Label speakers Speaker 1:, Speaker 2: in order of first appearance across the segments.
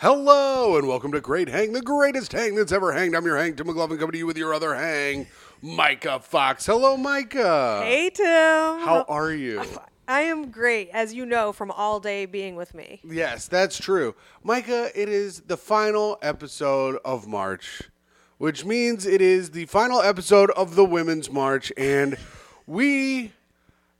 Speaker 1: Hello and welcome to Great Hang, the greatest hang that's ever hanged. I'm your hang, Tim McLovin, coming to you with your other hang, Micah Fox. Hello, Micah.
Speaker 2: Hey, Tim. How
Speaker 1: How are you?
Speaker 2: I am great, as you know from all day being with me.
Speaker 1: Yes, that's true. Micah, it is the final episode of March, which means it is the final episode of the Women's March, and we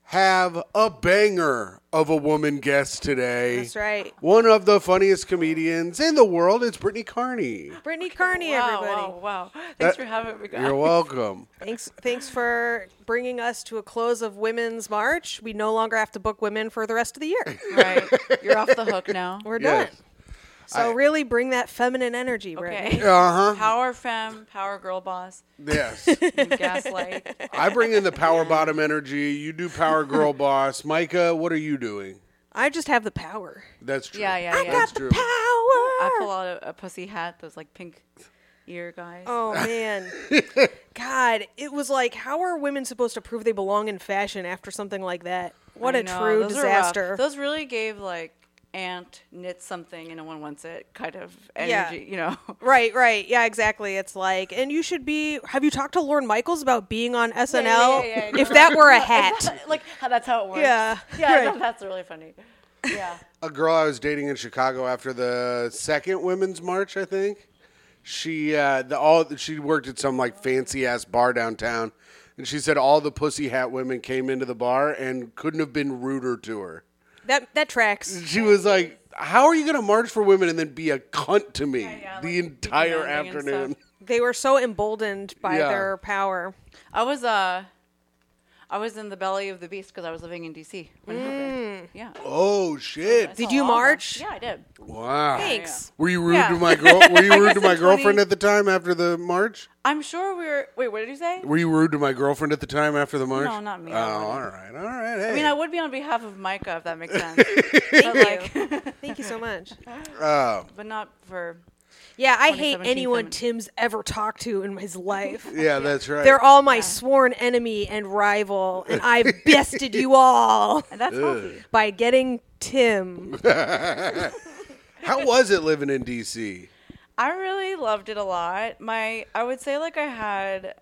Speaker 1: have a banger of a woman guest today.
Speaker 2: That's right.
Speaker 1: One of the funniest comedians in the world, it's Brittany Carney.
Speaker 2: Brittany Carney,
Speaker 3: wow,
Speaker 2: everybody.
Speaker 3: Wow, wow. Thanks
Speaker 1: That-
Speaker 3: for having me, guys.
Speaker 1: You're welcome.
Speaker 2: Thanks, thanks for bringing us to a close of Women's March. We no longer have to book women for the rest of the year.
Speaker 3: right. You're off the hook now.
Speaker 2: We're done.
Speaker 1: Yes.
Speaker 2: So really bring that feminine energy, Brittany.
Speaker 3: okay.
Speaker 1: Uh-huh.
Speaker 3: Power femme, power girl boss,
Speaker 1: Yes.
Speaker 3: gaslight.
Speaker 1: I bring in the power bottom energy. You do power girl boss. Micah, what are you doing?
Speaker 2: I just have the power.
Speaker 1: That's true.
Speaker 3: Yeah, yeah, yeah.
Speaker 1: That's
Speaker 2: Got the
Speaker 1: true.
Speaker 2: power.
Speaker 3: I pull out a, a pussy hat, those like pink ear guys.
Speaker 2: Oh man, God! It was like, how are women supposed to prove they belong in fashion after something like that? What
Speaker 3: I
Speaker 2: a
Speaker 3: know,
Speaker 2: true
Speaker 3: those are rough.
Speaker 2: disaster!
Speaker 3: Those really gave like aunt knits something and no one wants it kind of
Speaker 2: Yeah.
Speaker 3: energy, you know.
Speaker 2: Right, right. Yeah, exactly. It's like, and you should be. Have you talked to Lauren Michaels about being on SNL?
Speaker 3: yeah, yeah, yeah.
Speaker 2: if that were a
Speaker 3: Is
Speaker 2: hat.
Speaker 3: that- like how- that's how it works.
Speaker 2: Yeah,
Speaker 3: Yeah,
Speaker 2: right.
Speaker 3: no, that's really funny. Yeah.
Speaker 1: A girl I was dating in Chicago after the second women's march, I think. She uh, the all she worked at some like fancy ass bar downtown, and she said all the pussy hat women came into the bar and couldn't have been ruder to her.
Speaker 2: That that tracks.
Speaker 1: She was like, "How are you going to march for women and then be a cunt to me
Speaker 3: yeah,
Speaker 1: the
Speaker 3: like,
Speaker 1: entire
Speaker 3: demanding and
Speaker 1: afternoon?"
Speaker 3: stuff.
Speaker 2: They were so emboldened by
Speaker 1: Yeah.
Speaker 2: their power.
Speaker 3: I was uh I was in the belly of the beast because I was living in DC when it happened. Yeah.
Speaker 1: Oh shit!
Speaker 2: Did you
Speaker 3: all of them.
Speaker 2: march?
Speaker 3: Mm. Yeah, I did.
Speaker 1: Wow.
Speaker 2: Thanks.
Speaker 1: Were you rude
Speaker 3: Yeah.
Speaker 1: to my girl? Were you rude to my
Speaker 3: Twenty-
Speaker 1: girlfriend at the time after the march?
Speaker 3: I'm sure we were. Wait, what did you say?
Speaker 1: Were you rude to my girlfriend at the time after the march?
Speaker 3: No, not me.
Speaker 1: Oh,
Speaker 3: I
Speaker 1: all
Speaker 3: wasn't.
Speaker 1: right, all right. Hey.
Speaker 3: I mean, I would be on behalf of Micah if that makes sense, but
Speaker 2: Thank
Speaker 3: like,
Speaker 2: you. Thank you so much.
Speaker 1: Oh,
Speaker 3: but not for.
Speaker 2: Yeah, I hate
Speaker 3: 2017
Speaker 2: anyone
Speaker 3: feminine.
Speaker 2: Tim's ever talked to in his life.
Speaker 1: yeah, that's right.
Speaker 2: They're all my sworn enemy and rival, and I've bested you all
Speaker 3: And that's healthy.
Speaker 2: by getting Tim.
Speaker 1: How was it living in D.C.?
Speaker 3: I really loved it a lot. My, I would say like I had,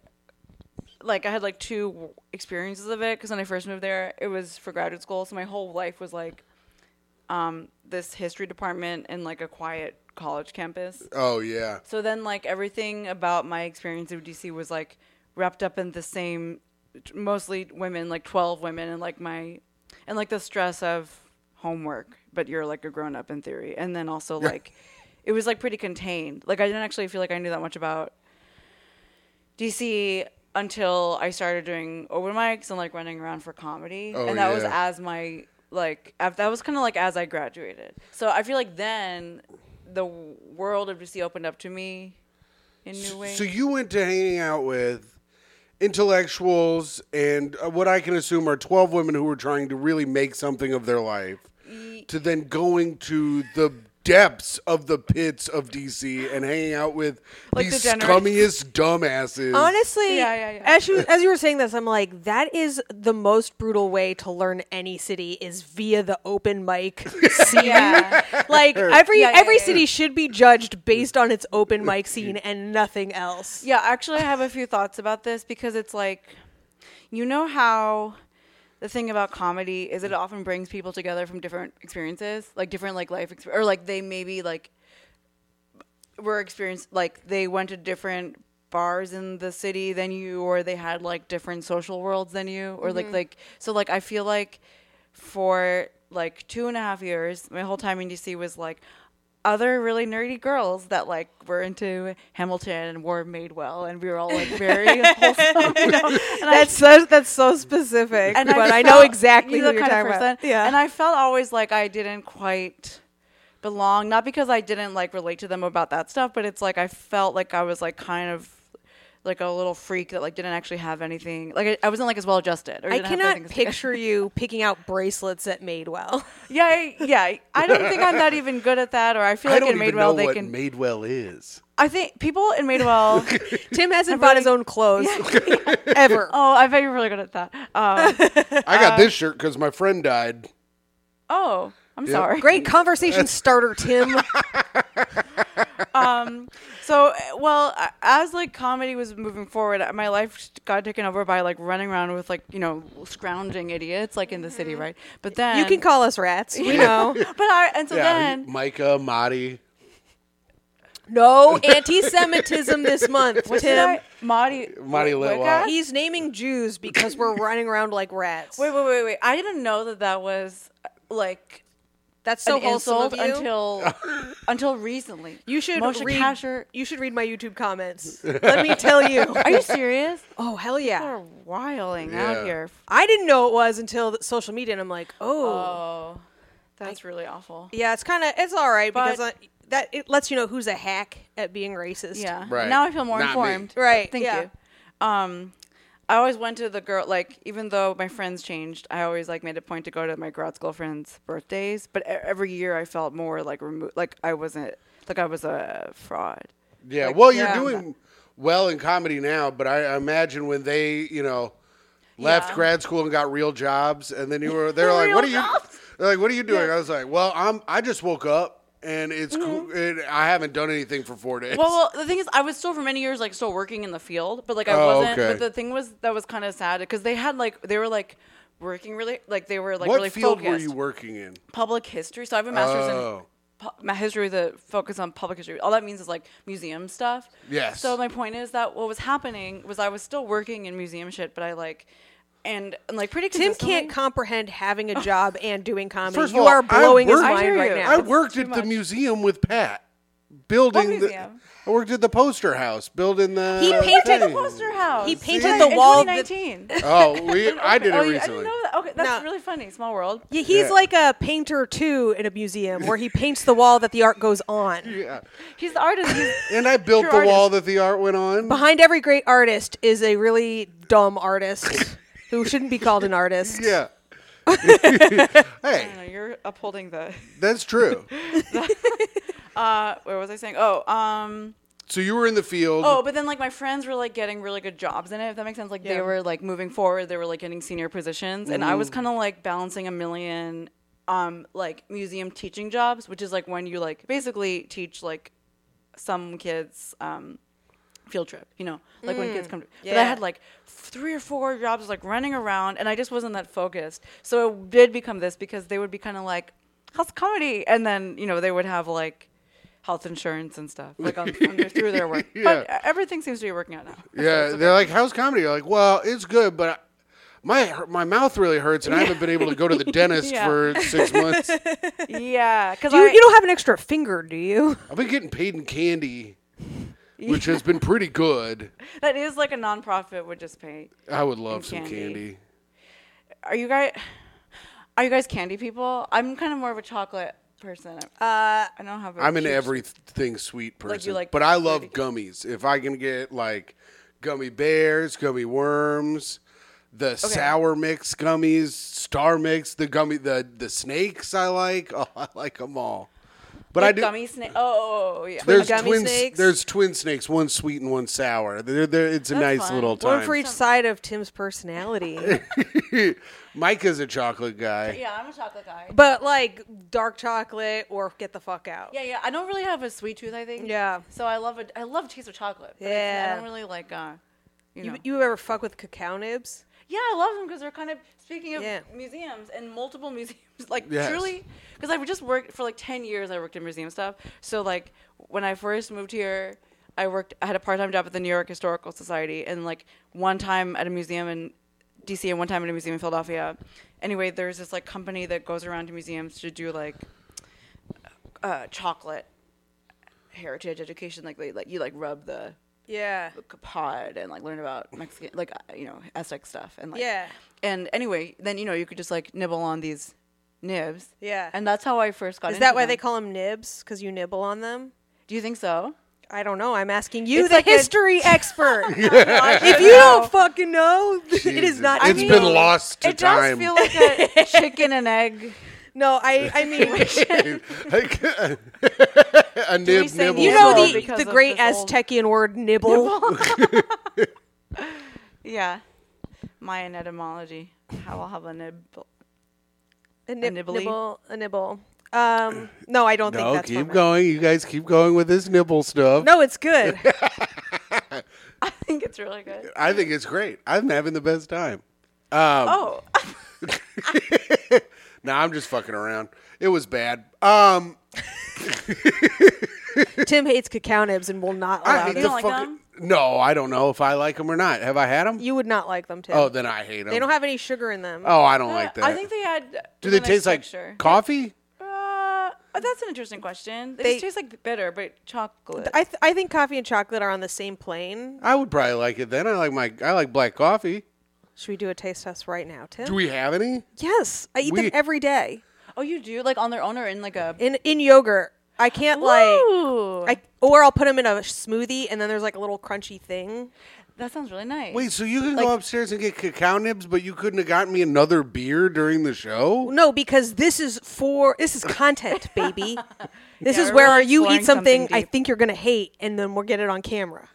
Speaker 3: like I had like two experiences of it because when I first moved there, it was for graduate school, so my whole life was like, um, this history department and like a quiet college campus.
Speaker 1: Oh yeah,
Speaker 3: So then, like everything about my experience of DC was like wrapped up in the same, mostly women, like twelve women, and like my, and like the stress of homework, but you're like a grown up in theory, and then also like, it was like pretty contained. Like I didn't actually feel like I knew that much about DC until I started doing open mics and like running around for comedy,
Speaker 1: Oh,
Speaker 3: and that was
Speaker 1: yeah.
Speaker 3: as my like af- that was kind of like as I graduated. So I feel like then the world of DC opened up to me in new ways.
Speaker 1: so you went to hanging out with intellectuals and uh, what I can assume are twelve women who were trying to really make something of their life, to then going to the depths of the pits of D.C. and hanging out with
Speaker 3: Like
Speaker 1: these
Speaker 3: the gener-
Speaker 1: scummiest dumbasses.
Speaker 2: Honestly,
Speaker 3: Yeah, yeah, yeah.
Speaker 2: as you as you were saying this, I'm like, that is the most brutal way to learn any city is via the open mic scene.
Speaker 3: Yeah.
Speaker 2: Like every
Speaker 3: Yeah, yeah,
Speaker 2: every
Speaker 3: yeah.
Speaker 2: city should be judged based on its open mic scene and nothing else.
Speaker 3: Yeah, actually, I have a few thoughts about this because it's like, you know how the thing about comedy is it often brings people together from different experiences, like different like life exp- or like they maybe like were experienced like they went to different bars in the city than you or they had like different social worlds than you or like like so like i feel like for like two and a half years my whole time in dc was like other really nerdy girls that like were into hamilton and wore madewell and we were all like very wholesome you know? and I
Speaker 2: That's so that's so specific,
Speaker 3: and
Speaker 2: but
Speaker 3: just
Speaker 2: I, know
Speaker 3: felt-
Speaker 2: exactly
Speaker 3: you're
Speaker 2: who
Speaker 3: the
Speaker 2: you're
Speaker 3: kind of
Speaker 2: talking about.
Speaker 3: person- And I felt always like I didn't quite belong, not because I didn't like relate to them about that stuff, but it's like I felt like I was like kind of like a little freak that like didn't actually have anything. Like I, I wasn't like as well adjusted. Or
Speaker 2: I
Speaker 3: didn't have
Speaker 2: cannot
Speaker 3: anything to say.
Speaker 2: picture you picking out bracelets at Madewell.
Speaker 3: yeah, I- yeah. I don't think I'm that even good at that, or I feel
Speaker 1: I
Speaker 3: like
Speaker 1: don't
Speaker 3: in
Speaker 1: even
Speaker 3: Madewell
Speaker 1: know
Speaker 3: they
Speaker 1: what
Speaker 3: can.
Speaker 1: Madewell is.
Speaker 3: I think people in Madewell.
Speaker 2: Tim hasn't bought his own clothes ever.
Speaker 3: oh, I bet you're really good at that. Um,
Speaker 1: I got this shirt because my friend died.
Speaker 3: oh. I'm
Speaker 1: Yep.
Speaker 3: sorry.
Speaker 2: Great conversation starter, Tim.
Speaker 3: So, uh, well, a- as like comedy was moving forward, uh, my life just got taken over by like running around with like you know scrounging idiots like in the city, right? But then
Speaker 2: Mm-hmm. you can call us rats. We know.
Speaker 3: But I and so
Speaker 1: Yeah,
Speaker 3: then
Speaker 1: Micah, Marty.
Speaker 2: No anti-Semitism this month, Tim.
Speaker 3: Did I- Marty
Speaker 1: Marty
Speaker 3: Wait,
Speaker 1: Litwa.
Speaker 3: Wicca?
Speaker 2: He's naming Jews because we're running around like rats.
Speaker 3: Wait, wait, wait, wait! I didn't know that that was uh, like
Speaker 2: That's so
Speaker 3: an
Speaker 2: wholesome of
Speaker 3: insult
Speaker 2: you.
Speaker 3: until until recently.
Speaker 2: you should
Speaker 3: Moshe
Speaker 2: read.
Speaker 3: Kasher.
Speaker 2: You should read my YouTube comments. Let me tell you.
Speaker 3: Are you serious?
Speaker 2: Oh hell
Speaker 3: you
Speaker 2: yeah!
Speaker 3: are wiling
Speaker 1: Yeah.
Speaker 3: out here.
Speaker 2: I didn't know it was until the social media, and I'm like, oh,
Speaker 3: Oh, that's really awful.
Speaker 2: yeah, it's kind of it's all right
Speaker 3: But-
Speaker 2: because I, that it lets you know who's a hack at being racist.
Speaker 3: Yeah.
Speaker 1: Right.
Speaker 3: Now I feel more
Speaker 1: Not me.
Speaker 3: informed.
Speaker 2: Right,
Speaker 3: Thank
Speaker 2: yeah.
Speaker 3: you. Um, I always went to the girl like even though my friends changed, I always like made a point to go to my grad school friends' birthdays. But e- every year I felt more like removed, like I wasn't like I was a fraud.
Speaker 1: Yeah.
Speaker 3: Like,
Speaker 1: well, you're
Speaker 2: yeah.
Speaker 1: doing well in comedy now, but I imagine when they, you know, left
Speaker 3: Yeah.
Speaker 1: grad school and got real jobs, and then you were, they're like, "What are
Speaker 3: Real
Speaker 1: you?"
Speaker 3: jobs?
Speaker 1: They're like, "What are you doing?" I was like, "Well, I'm. I just woke up, and it's cool. And I haven't done anything for four days."
Speaker 3: Mm-hmm. Well, well, the thing is, I was still for many years like still working in the field, but like I
Speaker 1: Oh,
Speaker 3: wasn't.
Speaker 1: okay.
Speaker 3: But the thing was that was kind of sad because they had like they were like working really like they were like
Speaker 1: what
Speaker 3: really
Speaker 1: field
Speaker 3: focused.
Speaker 1: were you working in?
Speaker 3: public history. So I have a master's
Speaker 1: Oh.
Speaker 3: in pu- my history with a focus on public history. All that means is like museum stuff.
Speaker 1: Yes.
Speaker 3: So my point is that what was happening was I was still working in museum shit, but I like and, and like pretty
Speaker 2: Tim
Speaker 3: consistently-
Speaker 2: can't comprehend having a job and doing comedy.
Speaker 1: First of
Speaker 2: you
Speaker 1: all,
Speaker 2: are
Speaker 1: I
Speaker 2: blowing his
Speaker 1: worked- I
Speaker 2: mind
Speaker 3: hear
Speaker 2: right
Speaker 3: you.
Speaker 2: now.
Speaker 1: I
Speaker 3: it's
Speaker 1: worked
Speaker 3: too
Speaker 1: at the
Speaker 3: much.
Speaker 1: museum with Pat, building the.
Speaker 3: museum?
Speaker 1: I worked at the poster house, building the.
Speaker 2: He painted
Speaker 3: the
Speaker 1: thing.
Speaker 3: poster house.
Speaker 2: He painted
Speaker 3: Right,
Speaker 2: the
Speaker 3: in
Speaker 2: wall that-
Speaker 3: 2019.
Speaker 1: Oh, we, I did it
Speaker 3: oh, you- I
Speaker 1: recently.
Speaker 3: didn't know that. Okay, that's
Speaker 2: No.
Speaker 3: really funny. Small world.
Speaker 2: Yeah, he's
Speaker 1: Yeah.
Speaker 2: like a painter too in a museum where he paints the wall that the art goes on.
Speaker 3: He's the artist. He's,
Speaker 1: And I built
Speaker 3: True
Speaker 1: the wall
Speaker 3: artist.
Speaker 1: that the art went on.
Speaker 2: Behind every great artist is a really dumb artist who shouldn't be called an artist.
Speaker 1: Yeah.
Speaker 3: I
Speaker 1: hey,
Speaker 3: know, you're upholding the.
Speaker 1: that's true.
Speaker 3: Uh, where was I saying? Oh, um.
Speaker 1: So you were in the field.
Speaker 3: Oh, but then like my friends were like getting really good jobs in it. If that makes sense, like they
Speaker 2: Yeah. Mm-hmm.
Speaker 3: were like moving forward, they were like getting senior positions, and I was kind of like balancing a million, um, like museum teaching jobs, which is like when you like basically teach like some kids, um, field trip, you know, like when kids come. to But I
Speaker 2: Mm. Yeah.
Speaker 3: had like f- three or four jobs, like running around, and I just wasn't that focused. So it did become this because they would be kind of like, "How's comedy?" And then you know they would have like health insurance and stuff, like on, on their, through their work.
Speaker 1: Yeah.
Speaker 3: But uh, everything seems to be working out now.
Speaker 1: yeah, they're like, "How's comedy?" You're like, "Well, it's good, but I, my my mouth really hurts, and I haven't been able to go to the dentist
Speaker 3: Yeah.
Speaker 1: for six months.
Speaker 3: yeah, because
Speaker 2: You, you don't have an extra finger, do you?
Speaker 1: I've been getting paid in candy, which has been pretty good.
Speaker 3: that is like a nonprofit would just pay.
Speaker 1: I would love
Speaker 3: And
Speaker 1: some
Speaker 3: candy.
Speaker 1: candy.
Speaker 3: Are you guys? Are you guys candy people? I'm kind of more of a chocolate person.
Speaker 2: Uh,
Speaker 3: I don't have. a
Speaker 1: I'm an
Speaker 3: huge-
Speaker 1: everything sweet person,
Speaker 3: you like
Speaker 1: but I love
Speaker 3: fruity-
Speaker 1: gummies. If I can get like gummy bears, gummy worms, the sour mix gummies, star mix, the gummy, the the snakes I like. Oh, I like them all. But I
Speaker 3: like
Speaker 1: do.
Speaker 3: gummy snake. Oh, oh, oh, yeah.
Speaker 1: there's
Speaker 2: gummy
Speaker 1: twin.
Speaker 2: snakes?
Speaker 1: There's twin snakes. One sweet and one sour. They're, they're, it's a
Speaker 3: That's
Speaker 1: nice
Speaker 3: fun.
Speaker 1: little time.
Speaker 2: one for each side of Tim's personality.
Speaker 1: Mike is a chocolate guy.
Speaker 3: yeah, I'm a chocolate guy.
Speaker 2: but like dark chocolate or get the fuck out.
Speaker 3: Yeah, yeah. I don't really have a sweet tooth. I think.
Speaker 2: Yeah.
Speaker 3: So I love a, I love taste of chocolate. But yeah.
Speaker 2: Yeah.
Speaker 3: I don't really like. Uh, you, know.
Speaker 2: You, you ever fuck with cacao nibs?
Speaker 3: yeah, I love them because they're kind of speaking of
Speaker 2: Yeah.
Speaker 3: museums and multiple museums. Like
Speaker 1: Yes.
Speaker 3: truly, because I just worked for like ten years. I worked in museum stuff. So like when I first moved here. I worked. I had a part-time job at the New York Historical Society, and like one time at a museum in D.C. and one time at a museum in Philadelphia. Anyway, there's this like company that goes around to museums to do like uh, chocolate heritage education. Like they like you like rub the
Speaker 2: Yeah.
Speaker 3: pod and like learn about Mexican, like uh, you know Aztec stuff and like
Speaker 2: Yeah.
Speaker 3: And anyway, then you know you could just like nibble on these nibs.
Speaker 2: Yeah.
Speaker 3: And that's how I first got.
Speaker 2: Is that
Speaker 3: into
Speaker 2: why
Speaker 3: them.
Speaker 2: they call them nibs? Because you nibble on them?
Speaker 3: Do you think so?
Speaker 2: I don't know. I'm asking you,
Speaker 3: It's
Speaker 2: the
Speaker 3: like a-
Speaker 2: history expert.
Speaker 3: if
Speaker 2: If you don't fucking know, it is
Speaker 1: Jesus.
Speaker 2: not.
Speaker 1: It's
Speaker 2: true.
Speaker 1: been lost to
Speaker 3: it
Speaker 1: time.
Speaker 3: does feel like a chicken and egg.
Speaker 2: No, I. I mean,
Speaker 1: a nib
Speaker 3: say
Speaker 1: nibble.
Speaker 2: you know
Speaker 3: Well,
Speaker 2: the
Speaker 3: because
Speaker 2: the
Speaker 3: of
Speaker 2: great
Speaker 3: this old-
Speaker 2: Aztecian word nibble.
Speaker 3: Yeah. Mayan etymology. How I'll have a nib.
Speaker 2: A, nib-
Speaker 3: nibbly?
Speaker 2: nibble. A nibble. Um, no, I don't think
Speaker 1: No,
Speaker 2: that's
Speaker 1: keep
Speaker 2: from-
Speaker 1: going. You guys keep going with this nipple stuff.
Speaker 2: No, it's good.
Speaker 3: I think it's really good.
Speaker 1: I think it's great. I'm having the best time. Um,
Speaker 3: Oh,
Speaker 1: Nah, I'm just fucking around. It was bad. Um,
Speaker 2: Tim hates cacao nibs and will not
Speaker 1: I hate
Speaker 2: allow
Speaker 1: the
Speaker 2: them.
Speaker 3: don't like
Speaker 1: fucking-
Speaker 3: them?
Speaker 1: No, I don't know if I like them or not. Have I had them?
Speaker 2: You would not like them, Tim.
Speaker 1: oh, then I hate them.
Speaker 2: they don't have any sugar in them.
Speaker 1: Oh, I don't like that.
Speaker 3: Uh, I think they had.
Speaker 1: Do they
Speaker 3: nice
Speaker 1: taste like
Speaker 3: texture.
Speaker 1: coffee?
Speaker 3: Uh, that's an interesting question. They,
Speaker 2: They-
Speaker 3: just taste like bitter, but chocolate.
Speaker 2: I, th- I think coffee and chocolate are on the same plane.
Speaker 1: I would probably like it then. I like my I like black coffee.
Speaker 2: Should we do a taste test right now, Tim?
Speaker 1: Do we have any?
Speaker 2: yes, I eat
Speaker 1: We-
Speaker 2: them every day
Speaker 3: oh, you do like on their own or in like a.
Speaker 2: in in yogurt. I can't
Speaker 3: Ooh.
Speaker 2: like I or I'll put them in a smoothie and then there's like a little crunchy thing.
Speaker 3: that sounds really nice.
Speaker 1: Wait, so you can go
Speaker 2: Like-
Speaker 1: upstairs and get cacao nibs, but you couldn't have gotten me another beer during the show?
Speaker 2: No, because this is for this is content, baby. This
Speaker 3: Yeah,
Speaker 2: is
Speaker 3: we're
Speaker 2: where
Speaker 3: really
Speaker 2: you eat
Speaker 3: exploring
Speaker 2: something,
Speaker 3: something
Speaker 2: I
Speaker 3: deep.
Speaker 2: think you're gonna hate, and then we'll get it on camera.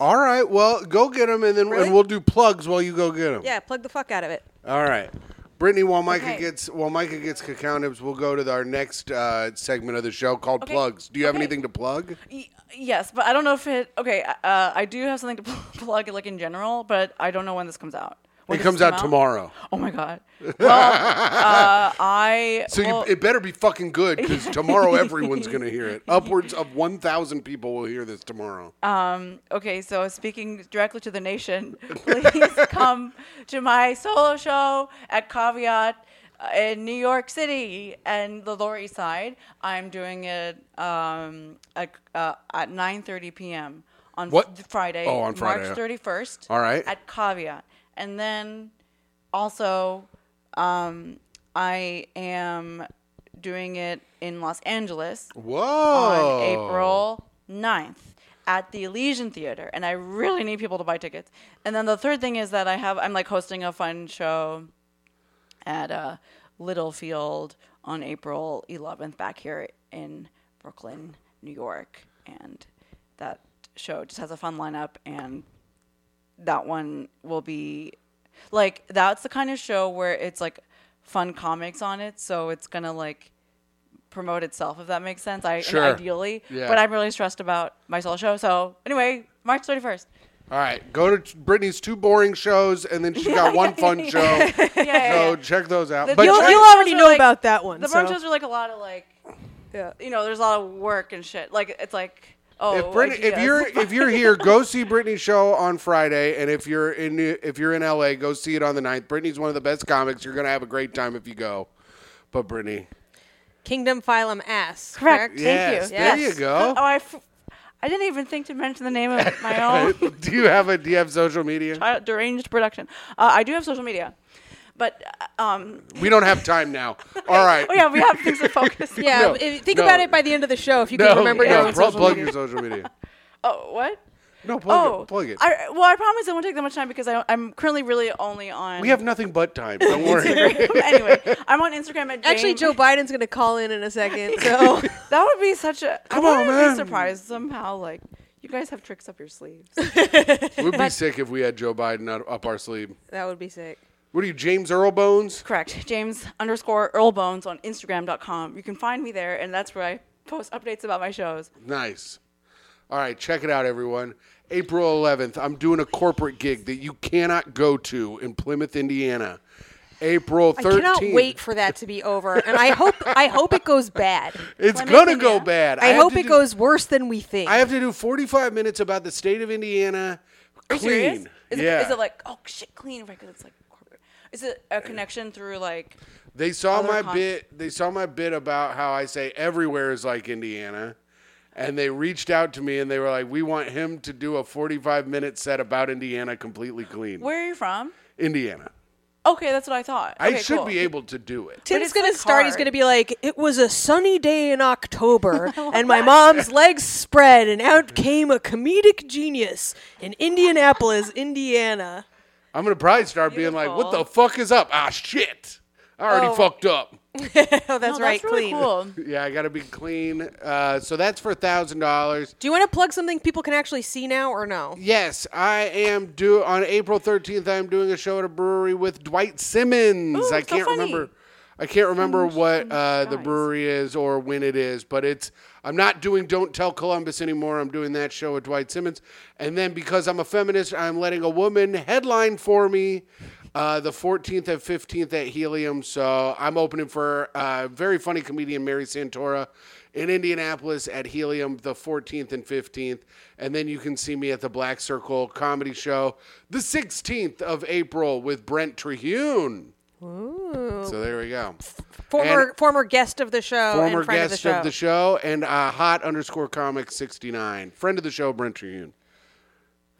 Speaker 1: All right, well, go get them, and then
Speaker 2: Really?
Speaker 1: and we'll do plugs while you go get them.
Speaker 2: Yeah, plug the fuck out of it.
Speaker 1: All right. Brittany, while Micah
Speaker 3: Okay.
Speaker 1: gets while Micah gets cacao nibs, we'll go to the- our next uh, segment of the show called
Speaker 3: Okay.
Speaker 1: plugs. Do you have
Speaker 3: Okay.
Speaker 1: anything to plug?
Speaker 3: Y- yes, but I don't know if it. Okay, uh, I do have something to plug, like in general, but I don't know when this comes out. When
Speaker 1: it
Speaker 3: does
Speaker 1: comes
Speaker 3: this
Speaker 1: out
Speaker 3: come
Speaker 1: tomorrow,
Speaker 3: Oh my god. Well, uh, I.
Speaker 1: so
Speaker 3: well,
Speaker 1: you, it better be fucking good because tomorrow everyone's gonna hear it. Upwards of one thousand people will hear this tomorrow.
Speaker 3: Um, okay, so speaking directly to the nation, please come to my solo show at Caveat uh, in New York City and the Lower East Side. I'm doing it um, at, uh, at 9:30 p.m. on
Speaker 1: What?
Speaker 3: th- Friday,
Speaker 1: Oh, on Friday.
Speaker 3: March 31st.
Speaker 1: All right.
Speaker 3: At Caveat, and then also um, I am doing it in Los Angeles
Speaker 1: Whoa! Oh.
Speaker 3: on April 9th at the Elysian Theater, and I really need people to buy tickets. And then the third thing is that I have I'm like hosting a fun show at uh, Littlefield on April 11th back here in Brooklyn, New York, and that show just has a fun lineup and that one will be like that's the kind of show where it's like fun comics on it so it's gonna like promote itself if that makes sense i and
Speaker 1: Sure.
Speaker 3: ideally
Speaker 1: Yeah.
Speaker 3: but i'm really stressed about my solo show so anyway march 31st
Speaker 1: All right, go to t- Brittany's two boring shows, and then she's got one fun show.
Speaker 3: yeah, yeah,
Speaker 1: So
Speaker 3: yeah.
Speaker 1: check those out.
Speaker 3: The-
Speaker 1: But
Speaker 2: You'll-
Speaker 3: Brooklyn
Speaker 1: check-
Speaker 2: you'll
Speaker 3: shows
Speaker 2: already
Speaker 3: are,
Speaker 2: know about that one,
Speaker 3: the Brooklyn
Speaker 2: so-
Speaker 3: shows are like a lot of like
Speaker 2: Yeah.
Speaker 3: you know there's a lot of work and shit like it's like oh
Speaker 1: if Brittany, if
Speaker 3: ideas.
Speaker 1: you're if you're here, go see Brittany's show on Friday, and if you're in if you're in LA, go see it on the 9th. Brittany's one of the best comics. You're gonna have a great time if you go. But Brittany,
Speaker 2: Kingdom phylum ass.
Speaker 3: correct
Speaker 1: Yeah. Yes,
Speaker 3: thank you
Speaker 1: there
Speaker 2: you
Speaker 1: go.
Speaker 3: oh I, f- I didn't even think to mention the name of my own
Speaker 1: do you have a do you have social media?
Speaker 3: uh, deranged production. Uh, I do have social media, but uh, um,
Speaker 1: We don't have time now. All right.
Speaker 3: oh yeah, we have things to focus. on.
Speaker 2: Yeah,
Speaker 1: No,
Speaker 2: if- think
Speaker 1: no.
Speaker 2: about it by the end of the show if you
Speaker 1: No,
Speaker 2: can remember your
Speaker 1: no,
Speaker 2: own
Speaker 1: plug,
Speaker 2: social
Speaker 1: plug
Speaker 2: media.
Speaker 1: your social media.
Speaker 3: Oh what?
Speaker 1: No, plug
Speaker 3: oh,
Speaker 1: it. Plug it.
Speaker 3: I, well, I promise it won't take that much time because I don't, I'm currently really only on.
Speaker 1: we have nothing but time. Don't worry.
Speaker 3: anyway. I'm on Instagram at
Speaker 2: Actually, Joe
Speaker 3: Jane-
Speaker 2: Biden's gonna call in in a second, so
Speaker 3: That would be such a.
Speaker 1: Come
Speaker 3: I
Speaker 1: on,
Speaker 3: wouldn't
Speaker 1: man.
Speaker 3: Be surprised somehow. Like you guys have tricks up your sleeves.
Speaker 1: We'd be sick if we had Joe Biden up, up our sleeve.
Speaker 2: that would be sick.
Speaker 1: What are you, James Earl Bones?
Speaker 3: Correct. James underscore Earl Bones on Instagram.com. You can find me there, and that's where I post updates about my shows.
Speaker 1: Nice. All right, check it out, everyone. April 11th, I'm doing a corporate gig that you cannot go to in Plymouth, Indiana. April 13th.
Speaker 2: I cannot wait for that to be over, and I hope I hope it goes bad.
Speaker 1: It's
Speaker 3: Plymouth,
Speaker 1: going to go
Speaker 3: Indiana?
Speaker 1: bad.
Speaker 2: I,
Speaker 1: have
Speaker 2: hope
Speaker 1: to
Speaker 2: it
Speaker 1: do-
Speaker 2: goes worse than we think.
Speaker 1: I have to do 45 minutes about the state of Indiana
Speaker 3: Are you
Speaker 1: clean.
Speaker 3: serious? Is,
Speaker 1: yeah.
Speaker 3: it, is it like oh shit, clean record? It's like corporate. Is it a connection through like?
Speaker 1: They saw
Speaker 3: Other
Speaker 1: my
Speaker 3: con-
Speaker 1: bit. They saw my bit about how I say everywhere is like Indiana, and they reached out to me and they were like, "We want him to do a 45 minute set about Indiana completely clean."
Speaker 3: Where are you from?
Speaker 1: Indiana.
Speaker 3: Okay, that's what I thought.
Speaker 1: I
Speaker 3: Okay,
Speaker 1: should
Speaker 3: cool.
Speaker 1: be able to do it.
Speaker 2: Tim's
Speaker 3: it's,
Speaker 2: gonna
Speaker 3: like,
Speaker 2: start. He's
Speaker 3: hard.
Speaker 2: gonna be like, "It was a sunny day in October, and my mom's legs spread, and out came a comedic genius in Indianapolis, Indiana."
Speaker 1: I'm gonna probably start being like, "What the fuck is up?" Ah, shit! I already
Speaker 3: Oh.
Speaker 1: fucked up.
Speaker 2: Oh, that's
Speaker 3: No,
Speaker 2: right,
Speaker 3: really
Speaker 2: clean.
Speaker 3: cool.
Speaker 1: yeah, I gotta be clean. Uh, so that's for thousand dollars.
Speaker 2: Do you want to plug something people can actually see now, or no?
Speaker 1: Yes, I am do on April 13th. I'm doing a show at a brewery with Dwight Simmons.
Speaker 3: Ooh,
Speaker 1: I
Speaker 3: so
Speaker 1: can't
Speaker 3: funny.
Speaker 1: remember. I can't remember what uh,
Speaker 3: Columbus
Speaker 1: the
Speaker 3: dies.
Speaker 1: brewery is or when it is, but it's. I'm not doing Don't Tell Columbus anymore. I'm doing that show with Dwight Simmons, and then because I'm a feminist, I'm letting a woman headline for me. Uh, the 14th and 15th at Helium. So I'm opening for uh, very funny comedian Mary Santora in Indianapolis at Helium the 14th and 15th. And then you can see me at the Black Circle Comedy Show the 16th of April with Brent Trehune. So there we go.
Speaker 2: Former
Speaker 1: And-
Speaker 2: former guest of the show.
Speaker 1: Former
Speaker 2: Oh, and friend
Speaker 1: guest
Speaker 2: of the show.
Speaker 1: and uh, hot underscore comic 69. Friend of the show, Brent Trehune.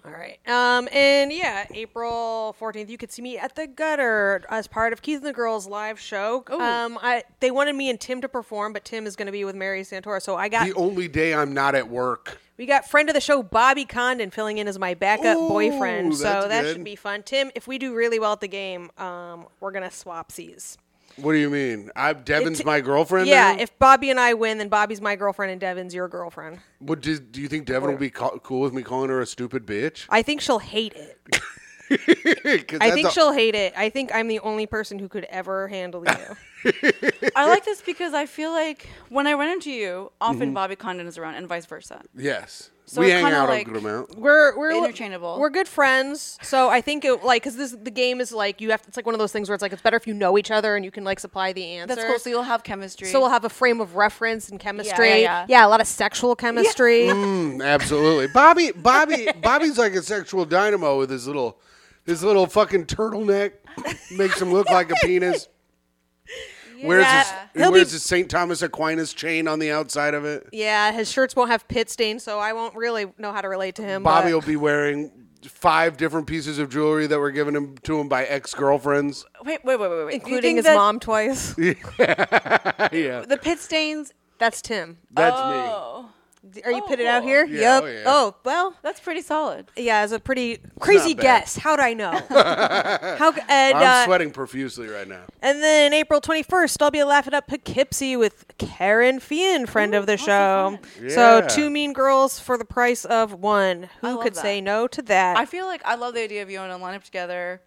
Speaker 2: All right. Um, and yeah, April 14th, you could see me at the Gutter as part of Keys and the Girls live show. Um, I, they wanted me and Tim to perform, but Tim is going to be with Mary Santora. So I got,
Speaker 1: The only day I'm not at work.
Speaker 2: we got friend of the show, Bobby Condon, filling in as my backup boyfriend.
Speaker 1: Ooh,
Speaker 2: So
Speaker 1: that's
Speaker 2: that
Speaker 1: good.
Speaker 2: should be fun. Tim, if we do really well at the game, um, we're going to swap seas.
Speaker 1: What do you mean? I'm Devin's
Speaker 2: It's-
Speaker 1: my girlfriend.
Speaker 2: yeah.
Speaker 1: now?
Speaker 2: If Bobby and I win, then Bobby's my girlfriend and Devin's your girlfriend.
Speaker 1: What do, do you think Devin will be co- cool with me calling her a stupid bitch?
Speaker 2: I think she'll hate it.
Speaker 1: 'Cause
Speaker 2: I
Speaker 1: that's
Speaker 2: think
Speaker 1: a-
Speaker 2: she'll hate it. I think I'm the only person who could ever handle you.
Speaker 3: I like this because I feel like when I run into you, often
Speaker 1: Mm-hmm.
Speaker 3: Bobby Condon is around and vice versa.
Speaker 1: Yes,
Speaker 3: So
Speaker 1: we
Speaker 3: it's
Speaker 1: hang
Speaker 3: kinda
Speaker 1: out
Speaker 3: like-
Speaker 1: a good amount.
Speaker 2: we're we're
Speaker 3: Interchangeable.
Speaker 2: We're good friends, so I think it like because this the game is like you have it's like one of those things where it's like it's better if you know each other and you can like supply the answer.
Speaker 3: That's cool. So you'll have chemistry.
Speaker 2: So we'll have a frame of reference and chemistry.
Speaker 3: yeah.
Speaker 2: a lot of sexual chemistry.
Speaker 1: Mm, absolutely, Bobby. Bobby. Bobby's like a sexual dynamo with his little, his little fucking turtleneck, makes him look like a penis. Wears his,
Speaker 2: Yeah.
Speaker 1: he
Speaker 2: He'll
Speaker 1: wears
Speaker 2: be-
Speaker 1: his St. Thomas Aquinas chain on the outside of it.
Speaker 2: Yeah, his shirts won't have pit stains, so I won't really know how to relate to him.
Speaker 1: Bobby
Speaker 2: but-
Speaker 1: will be wearing five different pieces of jewelry that were given him to him by ex girlfriends.
Speaker 3: wait, wait, wait, wait, wait. You
Speaker 2: including
Speaker 3: think
Speaker 2: his
Speaker 3: that
Speaker 2: mom twice.
Speaker 1: yeah,
Speaker 3: The pit stains.
Speaker 2: That's Tim.
Speaker 1: that's me.
Speaker 3: Oh,
Speaker 2: Are you
Speaker 3: Oh,
Speaker 2: put it out
Speaker 3: cool.
Speaker 2: here?
Speaker 1: Yeah,
Speaker 2: yep.
Speaker 1: oh, yeah.
Speaker 2: oh well.
Speaker 3: that's pretty solid.
Speaker 2: Yeah, it's a pretty crazy
Speaker 1: bad.
Speaker 2: guess. How'd I know? How c- and,
Speaker 1: I'm
Speaker 2: uh,
Speaker 1: sweating profusely right now.
Speaker 2: and then April 21st, I'll be laughing up Poughkeepsie with Karen Fian, friend of the show.
Speaker 1: Yeah.
Speaker 2: So two mean girls for the price of one. Who
Speaker 3: love
Speaker 2: could
Speaker 3: that.
Speaker 2: say no to that?
Speaker 3: I feel like I love the idea of you and a lineup together.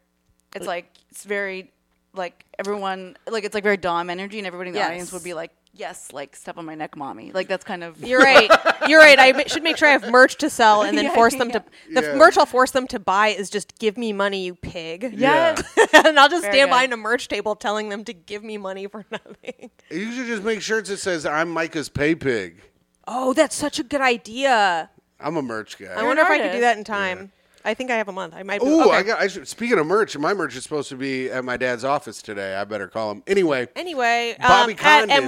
Speaker 3: It's like it's very like everyone like it's like very dom energy, and everybody in the
Speaker 2: Yes.
Speaker 3: audience would be like, "Yes, like step on my neck, mommy." Like that's kind of
Speaker 2: You're right. You're right. I ma- should make sure I have merch to sell and then
Speaker 3: Yeah,
Speaker 2: force them
Speaker 3: yeah.
Speaker 2: to. The
Speaker 1: Yeah.
Speaker 2: merch I'll force them to buy is just give me money, you pig.
Speaker 1: Yeah.
Speaker 3: yes.
Speaker 2: and I'll just
Speaker 3: Very
Speaker 2: stand
Speaker 3: good.
Speaker 2: behind a merch table telling them to give me money for nothing.
Speaker 1: You should just make shirts that says "I'm Micah's pay pig."
Speaker 2: Oh, that's such a good idea.
Speaker 1: I'm a merch guy.
Speaker 2: I wonder if
Speaker 3: an
Speaker 2: I could do
Speaker 3: artist.
Speaker 2: that in time. I think I have a month. I might. be-
Speaker 1: Ooh,
Speaker 2: okay.
Speaker 1: I got. I should, speaking of merch, my merch is supposed to be at my dad's office today. I better call him. Anyway,
Speaker 2: Anyway,
Speaker 1: Bobby
Speaker 2: um, at
Speaker 1: Condon.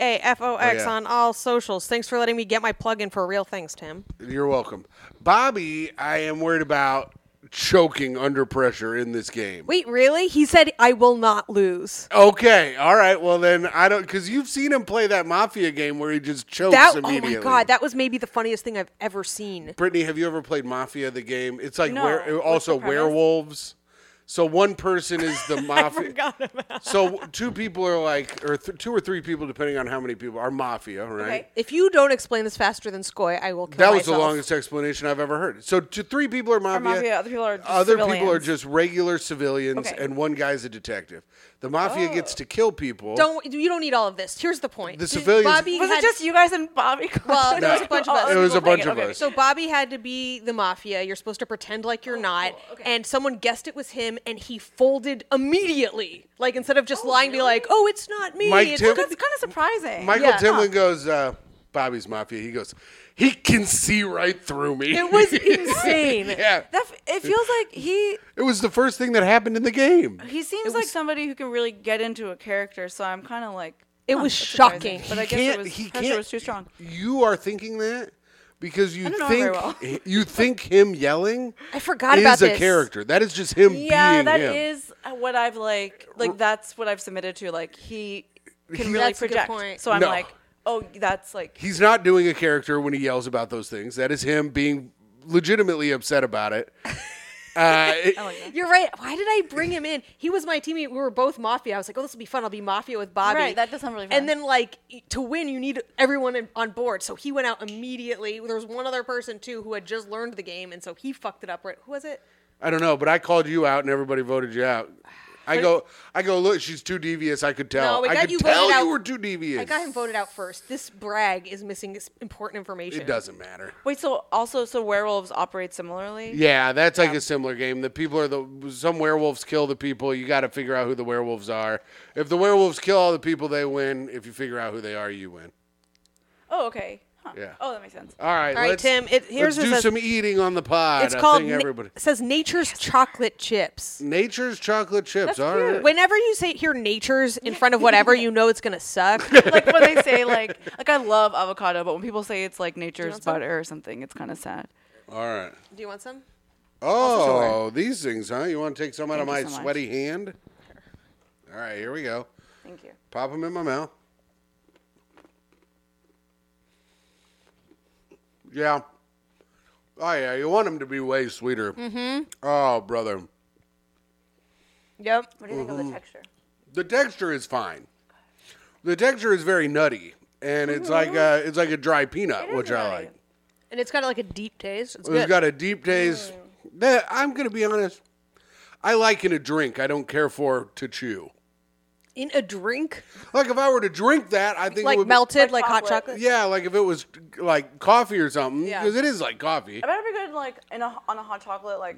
Speaker 2: M-Y-K-A-F-O-X
Speaker 1: Oh, yeah.
Speaker 2: on all socials. Thanks for letting me get my plug in for real things, Tim.
Speaker 1: you're welcome, Bobby. I am worried about choking under pressure in this game.
Speaker 2: Wait, really? He said, I will not lose.
Speaker 1: Okay, all right. Well, then I don't because you've seen him play that mafia game where he just chokes
Speaker 2: That, oh
Speaker 1: immediately.
Speaker 2: my God, that was maybe the funniest thing I've ever seen.
Speaker 1: Brittany, have you ever played mafia? The game. It's like
Speaker 3: No. What's
Speaker 1: where,
Speaker 3: the
Speaker 1: also
Speaker 3: premise?
Speaker 1: werewolves. So one person is
Speaker 2: Oh
Speaker 1: the mafia.
Speaker 2: forgot about
Speaker 1: So two people are like, or th- two or three people, depending on how many people, are mafia, right?
Speaker 2: If you don't explain this faster than Skoy, I will kill
Speaker 1: That was the
Speaker 2: myself.
Speaker 1: longest explanation I've ever heard. So to three people are mafia.
Speaker 3: mafia, other people are just
Speaker 1: other people are
Speaker 3: civilians.
Speaker 1: just regular civilians,
Speaker 3: Okay. Oh.
Speaker 1: and one guy's a detective. The mafia gets to kill people.
Speaker 2: Don't, you don't need all of this. Here's the point.
Speaker 1: The civilians-
Speaker 2: Bobby
Speaker 3: Was
Speaker 2: had-
Speaker 3: it just you guys and Bobby?
Speaker 2: Well,
Speaker 3: Condon?
Speaker 2: there was a bunch of us.
Speaker 1: It was a
Speaker 3: people
Speaker 1: bunch
Speaker 3: playing
Speaker 1: of
Speaker 3: it. Okay.
Speaker 1: us.
Speaker 2: So Bobby had to be the mafia. You're supposed to pretend like
Speaker 3: Oh,
Speaker 2: you're not. And someone guessed it was him, and he folded immediately. Like instead of just lying, be like, "Oh, it's not me."
Speaker 1: Mike
Speaker 2: it's
Speaker 1: Tim-
Speaker 2: gonna
Speaker 3: That's
Speaker 2: be-"
Speaker 3: kind of surprising.
Speaker 1: Michael
Speaker 2: Yeah.
Speaker 1: Timlin goes, uh, Bobby's mafia. He goes, he can see right through me.
Speaker 2: it was insane.
Speaker 1: yeah,
Speaker 3: That f- it feels like he
Speaker 1: it was the first thing that happened in the game.
Speaker 3: he seems like somebody who can really get into a character. So I'm kind of like
Speaker 2: It
Speaker 3: huh,
Speaker 2: was
Speaker 3: that's surprising.
Speaker 2: shocking.
Speaker 3: But I guess it was pressure was too strong.
Speaker 1: You are thinking that because you
Speaker 3: don't know
Speaker 1: think
Speaker 3: very well.
Speaker 1: you think him yelling.
Speaker 2: I forgot
Speaker 1: is
Speaker 2: about
Speaker 1: a
Speaker 2: this.
Speaker 1: character. That is just him.
Speaker 3: Yeah,
Speaker 1: being
Speaker 3: that
Speaker 1: him.
Speaker 3: is what I've like. Like that's what I've submitted to. Like he can really
Speaker 2: That's a good
Speaker 3: project.
Speaker 2: point.
Speaker 3: So I'm
Speaker 1: No.
Speaker 3: like, oh, that's like
Speaker 1: he's not doing a character when he yells about those things. That is him being legitimately upset about it. Uh, it-
Speaker 2: You're right. Why did I bring him in? He was my teammate. We were both mafia. I was like, "Oh, this will be fun. I'll be mafia with Bobby."
Speaker 3: Right, that does sound really fun.
Speaker 2: And then, like, to win, you need everyone in- on board. So he went out immediately. There was one other person too who had just learned the game, and so he fucked it up. Right? Who was it?
Speaker 1: I don't know, but I called you out and everybody voted you out. I go, I go. Look, she's too devious. I could tell.
Speaker 2: No, we
Speaker 1: I
Speaker 2: got
Speaker 1: could
Speaker 2: you voted
Speaker 1: tell
Speaker 2: out.
Speaker 1: you were too devious.
Speaker 2: I got him voted out first. This brag is missing this important information.
Speaker 1: It doesn't matter.
Speaker 3: Wait, so also, so werewolves operate similarly?
Speaker 1: Yeah, that's like a similar game. The people are the some werewolves kill the people. You got to figure out who the werewolves are. If the werewolves kill all the people, they win. If you figure out who they are, you win.
Speaker 3: Oh, okay. Huh.
Speaker 1: Yeah. Uh,
Speaker 3: Oh, that makes sense.
Speaker 1: All right,
Speaker 2: All right,
Speaker 1: let's,
Speaker 2: Tim, it-
Speaker 1: let's
Speaker 2: here's what
Speaker 1: do
Speaker 2: says-
Speaker 1: some eating on the pod.
Speaker 2: It's
Speaker 1: I
Speaker 2: called.
Speaker 1: think
Speaker 2: na-
Speaker 1: everybody.
Speaker 2: it says Nature's chocolate chips.
Speaker 1: Nature's chocolate chips. All right.
Speaker 2: Whenever you say hear Nature's in front of whatever, you know it's gonna suck.
Speaker 3: like when they say like like I love avocado, but when people say it's like nature's
Speaker 2: some?
Speaker 3: butter or something, it's kind of sad.
Speaker 1: All right.
Speaker 2: Do you want some?
Speaker 1: Oh, these things, huh? You want to take some out of
Speaker 3: Thank
Speaker 1: my
Speaker 3: you so much.
Speaker 1: sweaty hand? All right, here we go.
Speaker 3: Thank you.
Speaker 1: Pop them in my mouth. Yeah. Oh yeah, you want them to be way sweeter. Mm-hmm. Oh, brother,
Speaker 2: Yep.
Speaker 3: What do you think of the texture?
Speaker 1: the texture is fine. The texture is very nutty, and it's like
Speaker 3: Mm-hmm.
Speaker 1: a, it's like a dry peanut, which I like.
Speaker 2: And it's got like a deep taste. It's
Speaker 1: It's
Speaker 2: good.
Speaker 1: got a deep taste.
Speaker 2: Mm.
Speaker 1: That I'm gonna be honest. I like in a drink. I don't care for to chew.
Speaker 2: in a drink,
Speaker 1: Like if I were to drink that, I think it
Speaker 2: like
Speaker 1: would be-
Speaker 2: melted,
Speaker 3: Like
Speaker 2: like, hot
Speaker 3: chocolate.
Speaker 2: chocolate.
Speaker 1: Yeah, like if it was like coffee or something,
Speaker 3: Yeah.
Speaker 1: because it is like coffee.
Speaker 3: It better be good like in a, on a hot chocolate, like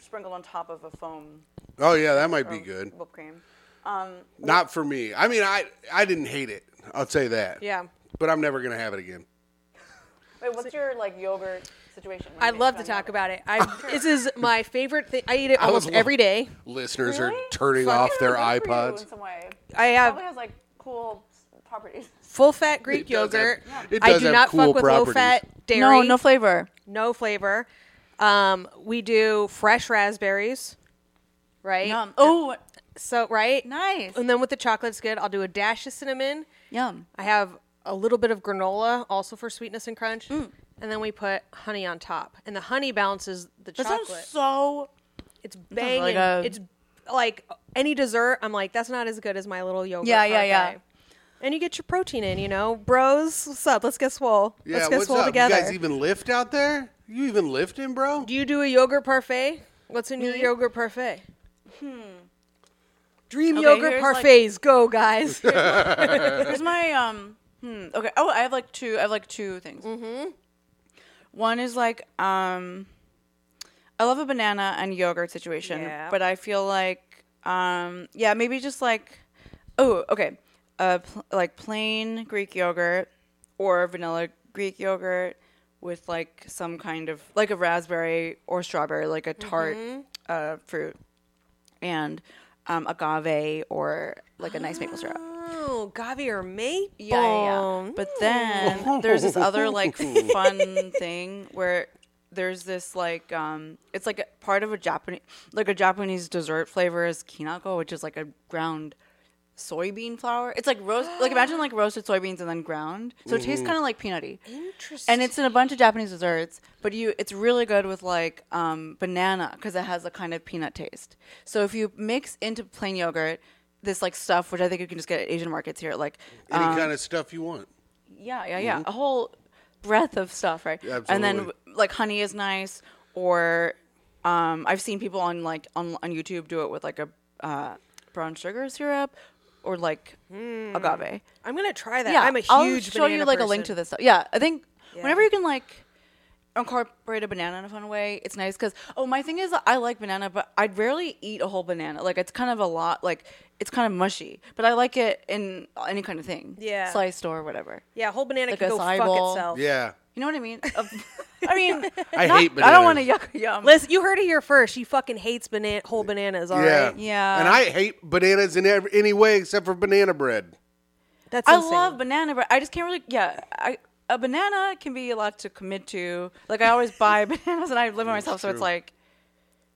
Speaker 3: sprinkled on top of a foam
Speaker 1: Oh yeah, that might be good.
Speaker 3: whipped cream. Um,
Speaker 1: Not for me. I mean, I I didn't hate it. I'll say that.
Speaker 2: Yeah.
Speaker 1: But I'm never gonna have it again.
Speaker 3: wait, what's your like yogurt situation?
Speaker 2: I love to talk about it. I this is my favorite thing. I eat it
Speaker 1: I was
Speaker 2: almost every day.
Speaker 1: Listeners are turning off their iPods.
Speaker 3: In some way.
Speaker 2: I have
Speaker 3: Probably has like cool properties.
Speaker 2: full fat Greek
Speaker 1: It does have-
Speaker 2: yogurt.
Speaker 1: it
Speaker 2: I
Speaker 1: does
Speaker 2: do
Speaker 1: have
Speaker 2: not
Speaker 1: cool
Speaker 2: fuck with low
Speaker 1: properties.
Speaker 2: fat dairy.
Speaker 3: flavor.
Speaker 2: no flavor. Um, we do fresh raspberries, right?
Speaker 3: Yum. Oh,
Speaker 2: So right,
Speaker 3: nice.
Speaker 2: and then with the chocolate's good. I'll do a dash of cinnamon.
Speaker 3: Yum.
Speaker 2: I have a little bit of granola also for sweetness and crunch,
Speaker 3: Mm.
Speaker 2: and then we put honey on top, and the honey balances the
Speaker 3: That
Speaker 2: chocolate.
Speaker 3: sounds so.
Speaker 2: it's banging.
Speaker 3: like a-
Speaker 2: It's like any dessert. I'm like, that's not as good as my little yogurt.
Speaker 3: Yeah, yeah, yeah.
Speaker 2: parfait." And you get your protein in, you know, bros. What's up? Let's get swole.
Speaker 1: Yeah,
Speaker 2: Let's get
Speaker 1: what's
Speaker 2: swole
Speaker 1: up?
Speaker 2: together.
Speaker 1: You guys even lift out there? You even lifting, bro?
Speaker 2: Do you do a yogurt parfait? What's in your yogurt parfait? Hmm. Dream
Speaker 3: Okay,
Speaker 2: yogurt
Speaker 3: here's, like-
Speaker 2: parfaits. Go, guys.
Speaker 3: Here's my um. Hmm, okay. Oh, I have like two. I have like two things. Mm-hmm. One is like um. I love a banana and yogurt situation,
Speaker 2: Yeah.
Speaker 3: but I feel like um. Yeah, maybe just like. Oh, okay. Uh, pl- like plain Greek yogurt or vanilla Greek yogurt with like some kind of like a raspberry or strawberry, like a tart uh, fruit, and um, agave or like a nice maple syrup.
Speaker 2: oh, Gavi or mate?
Speaker 3: Yeah, yeah, yeah. But then there's this other like fun thing where there's this like um it's like a part of a Japanese like a Japanese dessert flavor is kinako, which is like a ground soybean flour. It's like roast like imagine like roasted soybeans and then ground. So it tastes kind of like peanutty.
Speaker 2: Interesting.
Speaker 3: And it's in a bunch of Japanese desserts, but you it's really good with like um, banana because it has a kind of peanut taste. So if you mix into plain yogurt this like stuff, which I think you can just get at Asian markets here, like
Speaker 1: Any
Speaker 2: um,
Speaker 1: kind of stuff you want.
Speaker 3: yeah, yeah, yeah.
Speaker 2: Mm-hmm.
Speaker 3: A whole breadth of stuff, right?
Speaker 1: Yeah,
Speaker 3: And then
Speaker 1: absolutely.
Speaker 3: w- like honey is nice, or um, I've seen people on like on, on YouTube do it with like a uh, brown sugar syrup or like agave.
Speaker 2: I'm gonna try that.
Speaker 3: Yeah,
Speaker 2: Hmm. I'm a huge.
Speaker 3: I'll show you
Speaker 2: banana
Speaker 3: like a link to
Speaker 2: person.
Speaker 3: this stuff. Yeah, I think
Speaker 2: Yeah.
Speaker 3: whenever you can like incorporate a banana in a fun way, it's nice because oh my thing is I like banana, but I'd rarely eat a whole banana. Like it's kind of a lot. Like it's kind of mushy, but I like it in any kind of thing.
Speaker 2: Yeah.
Speaker 3: sliced or whatever.
Speaker 2: Yeah, whole banana
Speaker 3: Like
Speaker 2: can
Speaker 3: a
Speaker 2: go fuck
Speaker 3: side bowl.
Speaker 2: itself.
Speaker 1: Yeah.
Speaker 3: You know what I mean? Of- I mean,
Speaker 1: I
Speaker 3: not-
Speaker 1: hate
Speaker 3: I don't want to
Speaker 1: bananas.
Speaker 3: yuck yum.
Speaker 2: Listen, you heard it here first. She fucking hates banana whole bananas. All right,
Speaker 1: Yeah.
Speaker 3: Yeah.
Speaker 1: And I hate bananas in every, any way except for banana bread.
Speaker 2: that's
Speaker 3: I
Speaker 2: insane.
Speaker 3: love banana, but I just can't really. Yeah, I, a banana can be a lot to commit to. Like I always buy bananas, and I live by myself, so it's
Speaker 1: true.
Speaker 3: like.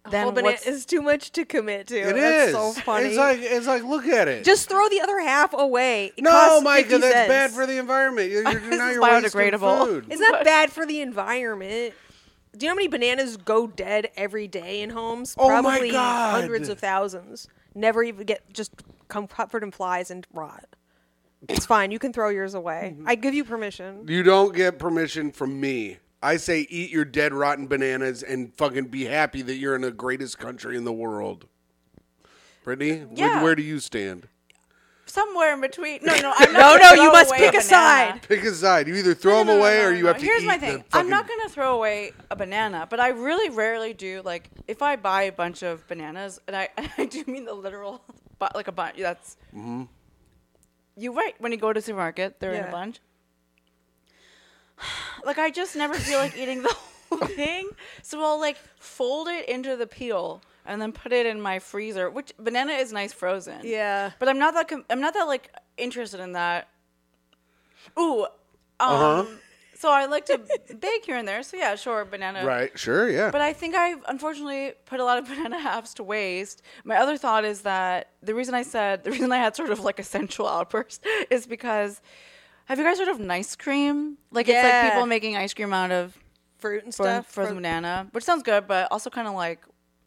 Speaker 2: whole
Speaker 3: Then
Speaker 2: banana
Speaker 3: what's,
Speaker 2: is too much to commit
Speaker 3: Oh,
Speaker 2: to.
Speaker 1: It is.
Speaker 2: that's so funny.
Speaker 1: It's like it's like look at it.
Speaker 2: just throw the other half away. It
Speaker 1: no,
Speaker 2: costs
Speaker 1: Micah,
Speaker 2: 50
Speaker 1: that's
Speaker 2: cents.
Speaker 1: bad for the environment. You're, you're,
Speaker 3: This
Speaker 1: now
Speaker 3: is
Speaker 1: you're wasting
Speaker 3: biodegradable.
Speaker 1: food.
Speaker 2: It's not bad for the environment. Do you know how many bananas go dead every day in homes?
Speaker 1: Oh my
Speaker 2: Probably
Speaker 1: God.
Speaker 2: hundreds of thousands. Never even get just come covered in flies and rot. It's fine. You can throw yours away.
Speaker 1: Mm-hmm.
Speaker 2: I give you permission.
Speaker 1: You don't get permission from me. I say eat your dead rotten bananas and fucking be happy that you're in the greatest country in the world. Brittany, where-
Speaker 3: Yeah.
Speaker 1: where, do you stand?
Speaker 3: Somewhere in between. No, no, I'm not
Speaker 2: No,
Speaker 3: gonna
Speaker 2: no, you
Speaker 3: throw
Speaker 2: must
Speaker 3: away
Speaker 2: pick a
Speaker 3: banana.
Speaker 2: side.
Speaker 1: Pick a side. You either throw them away or you have to
Speaker 3: Here's
Speaker 1: eat
Speaker 3: my
Speaker 1: the
Speaker 3: thing. I'm
Speaker 1: fucking-
Speaker 3: not gonna throw away a banana, but I really rarely do. Like, if I buy a bunch of bananas, and I, I do mean the literal, but like a bunch. That's
Speaker 1: Mm-hmm.
Speaker 3: you right. When you go to the supermarket, they're in
Speaker 2: Yeah.
Speaker 3: a bunch. Like, I just never feel like eating the whole thing, so I'll like fold it into the peel and then put it in my freezer. Which banana is nice frozen.
Speaker 2: Yeah.
Speaker 3: but I'm not that. Com- I'm not that like interested in that. Ooh. Um,
Speaker 1: Uh-huh.
Speaker 3: so I like to bake here and there. So yeah, sure, banana.
Speaker 1: Right. Sure. Yeah.
Speaker 3: But I think I've unfortunately put a lot of banana halves to waste. My other thought is that the reason I said the reason I had sort of like a sensual outburst is because have you guys heard of nice cream? Like it's
Speaker 2: Yeah.
Speaker 3: like people making ice cream out of
Speaker 2: fruit and
Speaker 3: frozen,
Speaker 2: stuff.
Speaker 3: frozen
Speaker 2: from-
Speaker 3: banana, which sounds good, but also kind of like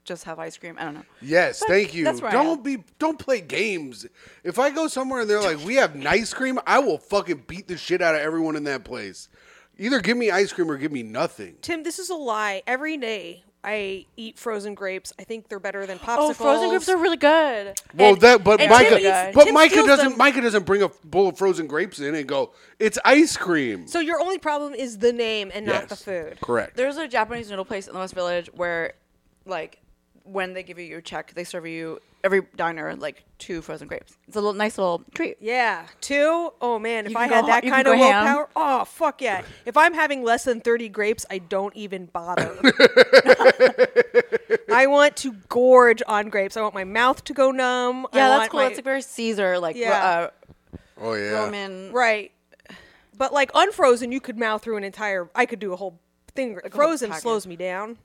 Speaker 3: just have ice cream. I don't know.
Speaker 1: yes. Thank you.
Speaker 3: that's where I
Speaker 1: Don't
Speaker 3: am.
Speaker 1: be. Don't play games. If I go somewhere and they're like, "We have ice cream," I will fucking beat the shit out of everyone in that place. Either give me ice cream or give me nothing.
Speaker 2: Tim, this is a lie. Every day I eat frozen grapes. I think they're better than popsicles.
Speaker 3: Oh, frozen grapes are really good.
Speaker 1: Well,
Speaker 2: And-
Speaker 1: that but
Speaker 2: and
Speaker 1: Micah,
Speaker 2: Tim eats-
Speaker 1: but
Speaker 2: Tim
Speaker 1: Micah
Speaker 2: steals
Speaker 1: doesn't.
Speaker 2: them.
Speaker 1: Micah doesn't bring a bowl of frozen grapes in and go, "It's ice cream."
Speaker 2: So your only problem is the name and not the
Speaker 1: Yes,
Speaker 2: food.
Speaker 1: Correct.
Speaker 3: There's a Japanese noodle place in the West Village where, like, when they give you your check, they serve you every diner like two frozen grapes. It's a little nice little treat.
Speaker 2: Yeah, two. Oh man, if
Speaker 3: You
Speaker 2: I
Speaker 3: can
Speaker 2: had
Speaker 3: go
Speaker 2: that
Speaker 3: ha- you
Speaker 2: kind
Speaker 3: can
Speaker 2: of
Speaker 3: go ham.
Speaker 2: willpower, oh fuck yeah. If I'm having less than thirty grapes, I don't even bother. I want to gorge on grapes. I want my mouth to go numb. I
Speaker 3: Yeah, that's
Speaker 2: want
Speaker 3: cool.
Speaker 2: my-
Speaker 3: That's like very Caesar, like
Speaker 2: Yeah.
Speaker 1: oh
Speaker 3: uh,
Speaker 1: yeah.
Speaker 3: Roman.
Speaker 2: right. But like unfrozen, you could mouth through an entire. I could do a whole thing.
Speaker 3: whole
Speaker 2: Frozen
Speaker 3: packet.
Speaker 2: slows me down.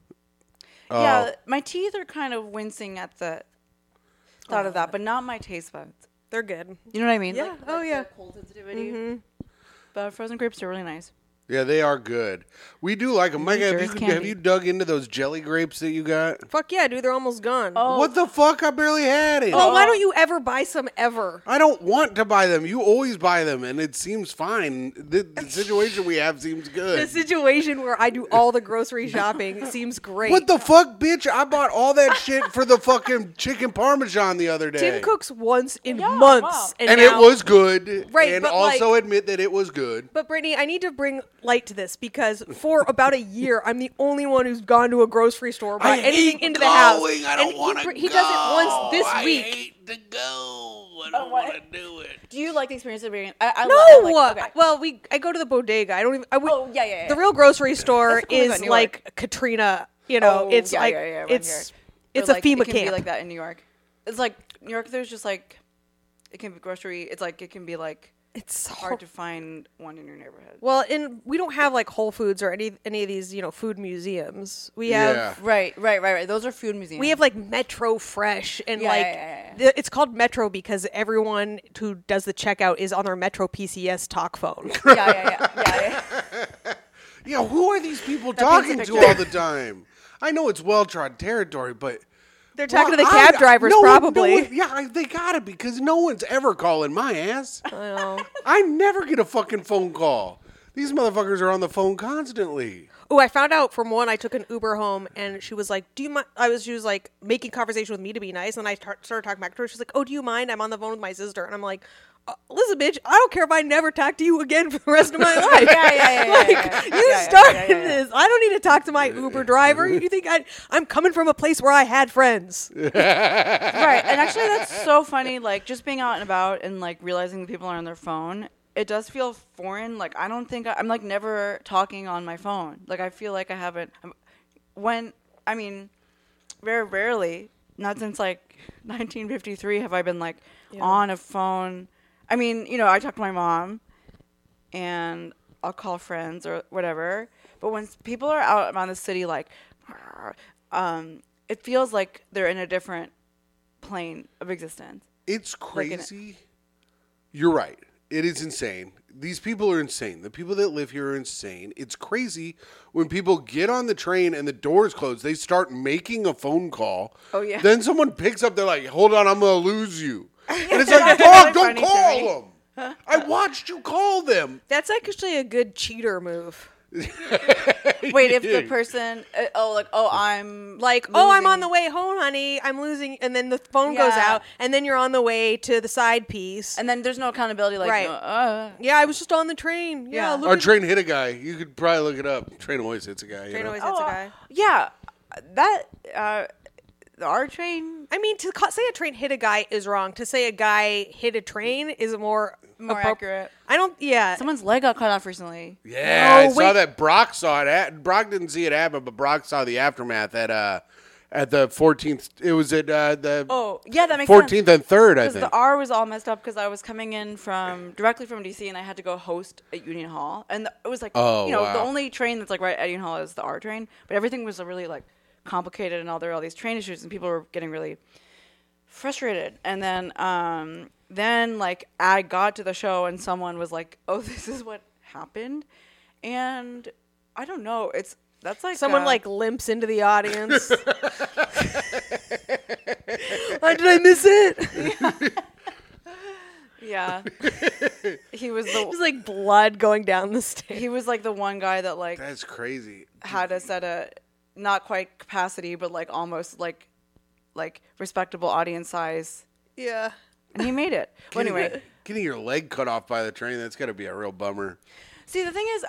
Speaker 3: Yeah, my teeth are kind of wincing at the thought of that, but not my taste buds.
Speaker 2: They're good.
Speaker 3: You know what I mean?
Speaker 2: Yeah.
Speaker 3: Like,
Speaker 2: oh yeah.
Speaker 3: cold sensitivity. But frozen grapes are really nice.
Speaker 1: Yeah, they are good. We do like them. Micah, have you,
Speaker 3: Nature's candy.
Speaker 1: have you dug into those jelly grapes that you got?
Speaker 2: Fuck yeah, dude. They're almost gone. Oh.
Speaker 1: What the fuck? I barely had it.
Speaker 2: why don't you ever buy some ever?
Speaker 1: I don't want to buy them. You always buy them, and it seems fine. The, the situation we have seems
Speaker 2: The
Speaker 1: good.
Speaker 2: situation where I do all the grocery shopping seems great.
Speaker 1: What the fuck, bitch? I bought all that shit for the fucking chicken parmesan the other day.
Speaker 2: Tim cooks once in
Speaker 3: Yeah,
Speaker 2: months,
Speaker 3: wow.
Speaker 2: and,
Speaker 1: and
Speaker 2: now-
Speaker 1: it was good.
Speaker 2: Right,
Speaker 1: and
Speaker 2: but,
Speaker 1: also
Speaker 2: like-
Speaker 1: admit that it was good.
Speaker 2: But Brittany, I need to bring light to this because for about a year, I'm the only one who's gone to a grocery store, bought
Speaker 1: I
Speaker 2: anything
Speaker 1: hate
Speaker 2: into the house.
Speaker 1: going. I
Speaker 2: And
Speaker 1: don't
Speaker 2: he
Speaker 1: want
Speaker 2: br-
Speaker 1: to
Speaker 2: He does it once this
Speaker 1: I
Speaker 2: week.
Speaker 1: hate to go. I don't want to do it.
Speaker 3: Do you like the experience of being? I, I
Speaker 2: No.
Speaker 3: Like, I like- okay.
Speaker 2: Well, we I go to the bodega. I don't even. I would,
Speaker 3: Oh, yeah, yeah, yeah.
Speaker 2: The real grocery store
Speaker 3: That's cool, we got
Speaker 2: is
Speaker 3: New
Speaker 2: like Katrina. You know,
Speaker 3: Oh,
Speaker 2: it's
Speaker 3: yeah,
Speaker 2: like
Speaker 3: yeah, yeah, around
Speaker 2: it's
Speaker 3: here.
Speaker 2: it's
Speaker 3: Or,
Speaker 2: a
Speaker 3: like,
Speaker 2: FEMA
Speaker 3: it can
Speaker 2: camp.
Speaker 3: Be like that in New York. It's like New York. There's just like it can be grocery. It's like it can be like
Speaker 2: it's hard.
Speaker 3: hard to find one in your neighborhood.
Speaker 2: Well, and we don't have like Whole Foods or any any of these you know food museums. We have
Speaker 1: Yeah.
Speaker 3: Right, right, right, right. Those are food museums.
Speaker 2: We have like Metro Fresh and
Speaker 3: Yeah,
Speaker 2: like
Speaker 3: yeah, yeah, yeah.
Speaker 2: The, it's called Metro because everyone who does the checkout is on their Metro PCS talk phone.
Speaker 3: yeah, yeah, yeah, yeah, yeah.
Speaker 1: Yeah, who are these people
Speaker 3: paints a
Speaker 1: talking to
Speaker 3: picture.
Speaker 1: all the time? I know it's well trod territory, but
Speaker 2: They're talking to the
Speaker 1: Well,
Speaker 2: cab
Speaker 1: I-
Speaker 2: drivers
Speaker 1: no one- no
Speaker 2: probably.
Speaker 1: one- yeah, I- they gotta be because no one's ever calling my ass.
Speaker 2: I know.
Speaker 1: I never get a fucking phone call. These motherfuckers are on the phone constantly.
Speaker 2: Oh, I found out from one. I took an Uber home, and she was like, "Do you mind?" I was, she was like making conversation with me to be nice, and I tar- started talking back to her. She's like, "Oh, do you mind? I'm on the phone with my sister," and I'm like, uh, "Listen, bitch, I don't care if I never talk to you again for the rest of my life.
Speaker 3: Yeah, yeah, yeah, yeah,
Speaker 2: like
Speaker 3: yeah, yeah.
Speaker 2: you
Speaker 3: Yeah, yeah,
Speaker 2: started
Speaker 3: yeah, yeah, yeah.
Speaker 2: this. I don't need to talk to my Uber driver. You think I? I'm coming from a place where I had friends.
Speaker 3: right. And actually, that's so funny. Like just being out and about and like realizing that people are on their phone. It does feel foreign. Like I don't think I, I'm like never talking on my phone. Like I feel like I haven't. I'm- When I mean, very rarely. Not since like 1953 have I been like on a phone. I mean, you know, I talk to my mom. and I'll call friends or whatever. But when s- people are out around the city, like, um, it feels like they're in a different plane of existence.
Speaker 1: It's
Speaker 3: at it.
Speaker 1: crazy. You're right. It is insane. These people are insane. The people that live here are insane. It's crazy when people get on the train and the doors close. They start making a phone call.
Speaker 3: Oh, yeah.
Speaker 1: Then someone picks up. They're like, "Hold on, I'm gonna lose you." And it's like, "Dog, don't
Speaker 3: Funny to me.
Speaker 1: call them." I watched you call them.
Speaker 2: That's actually a good cheater move.
Speaker 3: Wait, if the person, uh, oh, like, oh, I'm
Speaker 2: like, oh, I'm on
Speaker 3: losing."
Speaker 2: the way home, honey. I'm losing, and then the phone goes
Speaker 3: Yeah.
Speaker 2: out, and then you're on the way to the side piece.
Speaker 3: and then there's no accountability. Like,
Speaker 2: Right.
Speaker 3: no, uh,
Speaker 2: yeah, I was just on the train. Yeah,
Speaker 3: Yeah.
Speaker 2: look
Speaker 1: Our
Speaker 2: at-
Speaker 1: train hit a guy. You could probably look it up. Train always hits a guy. you
Speaker 2: Train
Speaker 1: know?
Speaker 2: always-
Speaker 3: oh,
Speaker 2: That's a
Speaker 3: uh,
Speaker 2: guy.
Speaker 3: yeah, that uh, our train
Speaker 2: I mean, to ca- say a train hit a guy is wrong. To say a guy hit a train is more
Speaker 3: More
Speaker 2: appro-
Speaker 3: accurate.
Speaker 2: I don't. Yeah.
Speaker 3: Someone's leg got cut off recently.
Speaker 1: Yeah,
Speaker 2: Oh,
Speaker 1: I saw
Speaker 2: wait.
Speaker 1: that. Brock saw it. At, Brock didn't see it happen, but Brock saw the aftermath at uh at the 14th. It was at uh, the
Speaker 3: Oh, yeah, that makes
Speaker 1: 14th
Speaker 3: sense.
Speaker 1: and 3rd, I
Speaker 3: Because
Speaker 1: think.
Speaker 3: the R was all messed up because I was coming in from directly from DC and I had to go host at Union Hall, and the, it was like
Speaker 1: Oh,
Speaker 3: you know the
Speaker 1: wow.
Speaker 3: only train that's like right at Union Hall is the R train, but everything was really like complicated and all there were all these train issues and people were getting really frustrated. And then um, then like I got to the show and someone was like, "Oh, this is what happened," and I don't know. It's that's like
Speaker 2: Someone
Speaker 3: uh,
Speaker 2: like limps into the audience. Why did I miss it?
Speaker 3: yeah, he was the.
Speaker 2: There's like blood going down the stairs.
Speaker 3: He was like the one guy that like
Speaker 1: That's crazy.
Speaker 3: had us at a not quite capacity, but like almost like like respectable audience size,
Speaker 2: Yeah.
Speaker 3: and he made it. Well,
Speaker 1: Getting-
Speaker 3: anyway,
Speaker 1: getting your leg cut off by the train, that's got to be a real bummer.
Speaker 3: see the thing is,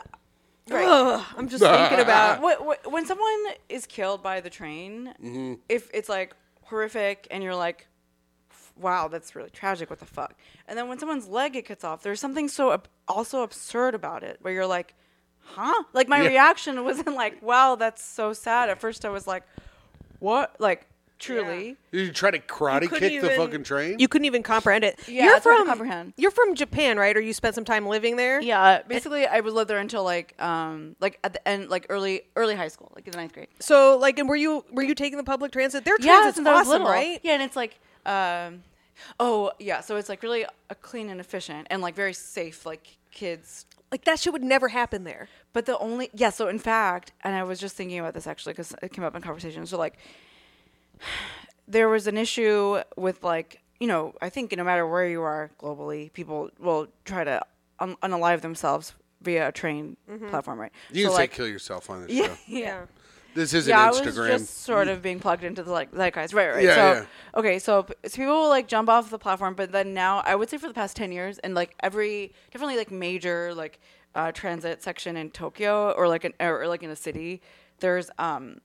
Speaker 3: right?
Speaker 2: Ugh, I'm just thinking about.
Speaker 3: wh- wh- when someone is killed by the train, if it's like horrific, and you're like, "Wow, that's really tragic. What the fuck?" And then when someone's leg it cuts off, there's something so ab- also absurd about it, where you're like, "Huh?" Like my
Speaker 1: Yeah.
Speaker 3: reaction wasn't like, "Wow, that's so sad." At first, I was like, "What?" Like truly.
Speaker 1: Did you try to karate
Speaker 2: couldn't
Speaker 1: kick the
Speaker 2: even-
Speaker 1: fucking train?
Speaker 2: You couldn't even comprehend it.
Speaker 3: Yeah,
Speaker 2: you're
Speaker 3: it's hard to
Speaker 2: from
Speaker 3: comprehend.
Speaker 2: you're from Japan, right? Or you spent some time living there?
Speaker 3: Yeah, basically, I would live there until like, um, like at the end, like early, early high school, like in the ninth grade.
Speaker 2: So like, and were you were you taking the public transit? Their
Speaker 3: Yeah,
Speaker 2: transit's
Speaker 3: since I was
Speaker 2: awesome,
Speaker 3: little,
Speaker 2: right?
Speaker 3: Yeah, and it's like, um, oh yeah, so it's like really uh, clean and efficient and like very safe, like kids.
Speaker 2: Like that shit would never happen there.
Speaker 3: But the only yeah, so in fact, and I was just thinking about this actually because it came up in conversation. So like, there was an issue with like you know I think no matter where you are globally, people will try to un- unalive themselves via a train platform, right?
Speaker 1: Mm-hmm. You
Speaker 3: so
Speaker 1: can say
Speaker 3: like,
Speaker 1: kill yourself on this show.
Speaker 3: yeah.
Speaker 1: This isn't
Speaker 3: yeah,
Speaker 1: Instagram.
Speaker 3: I was just sort of being plugged into the like zeitgeist, right? Right.
Speaker 1: Yeah,
Speaker 3: so
Speaker 1: yeah.
Speaker 3: okay, so, p- so people will like jump off the platform, but then now I would say for the past ten years, and like every definitely like major like uh, transit section in Tokyo or like an or like in a city, there's um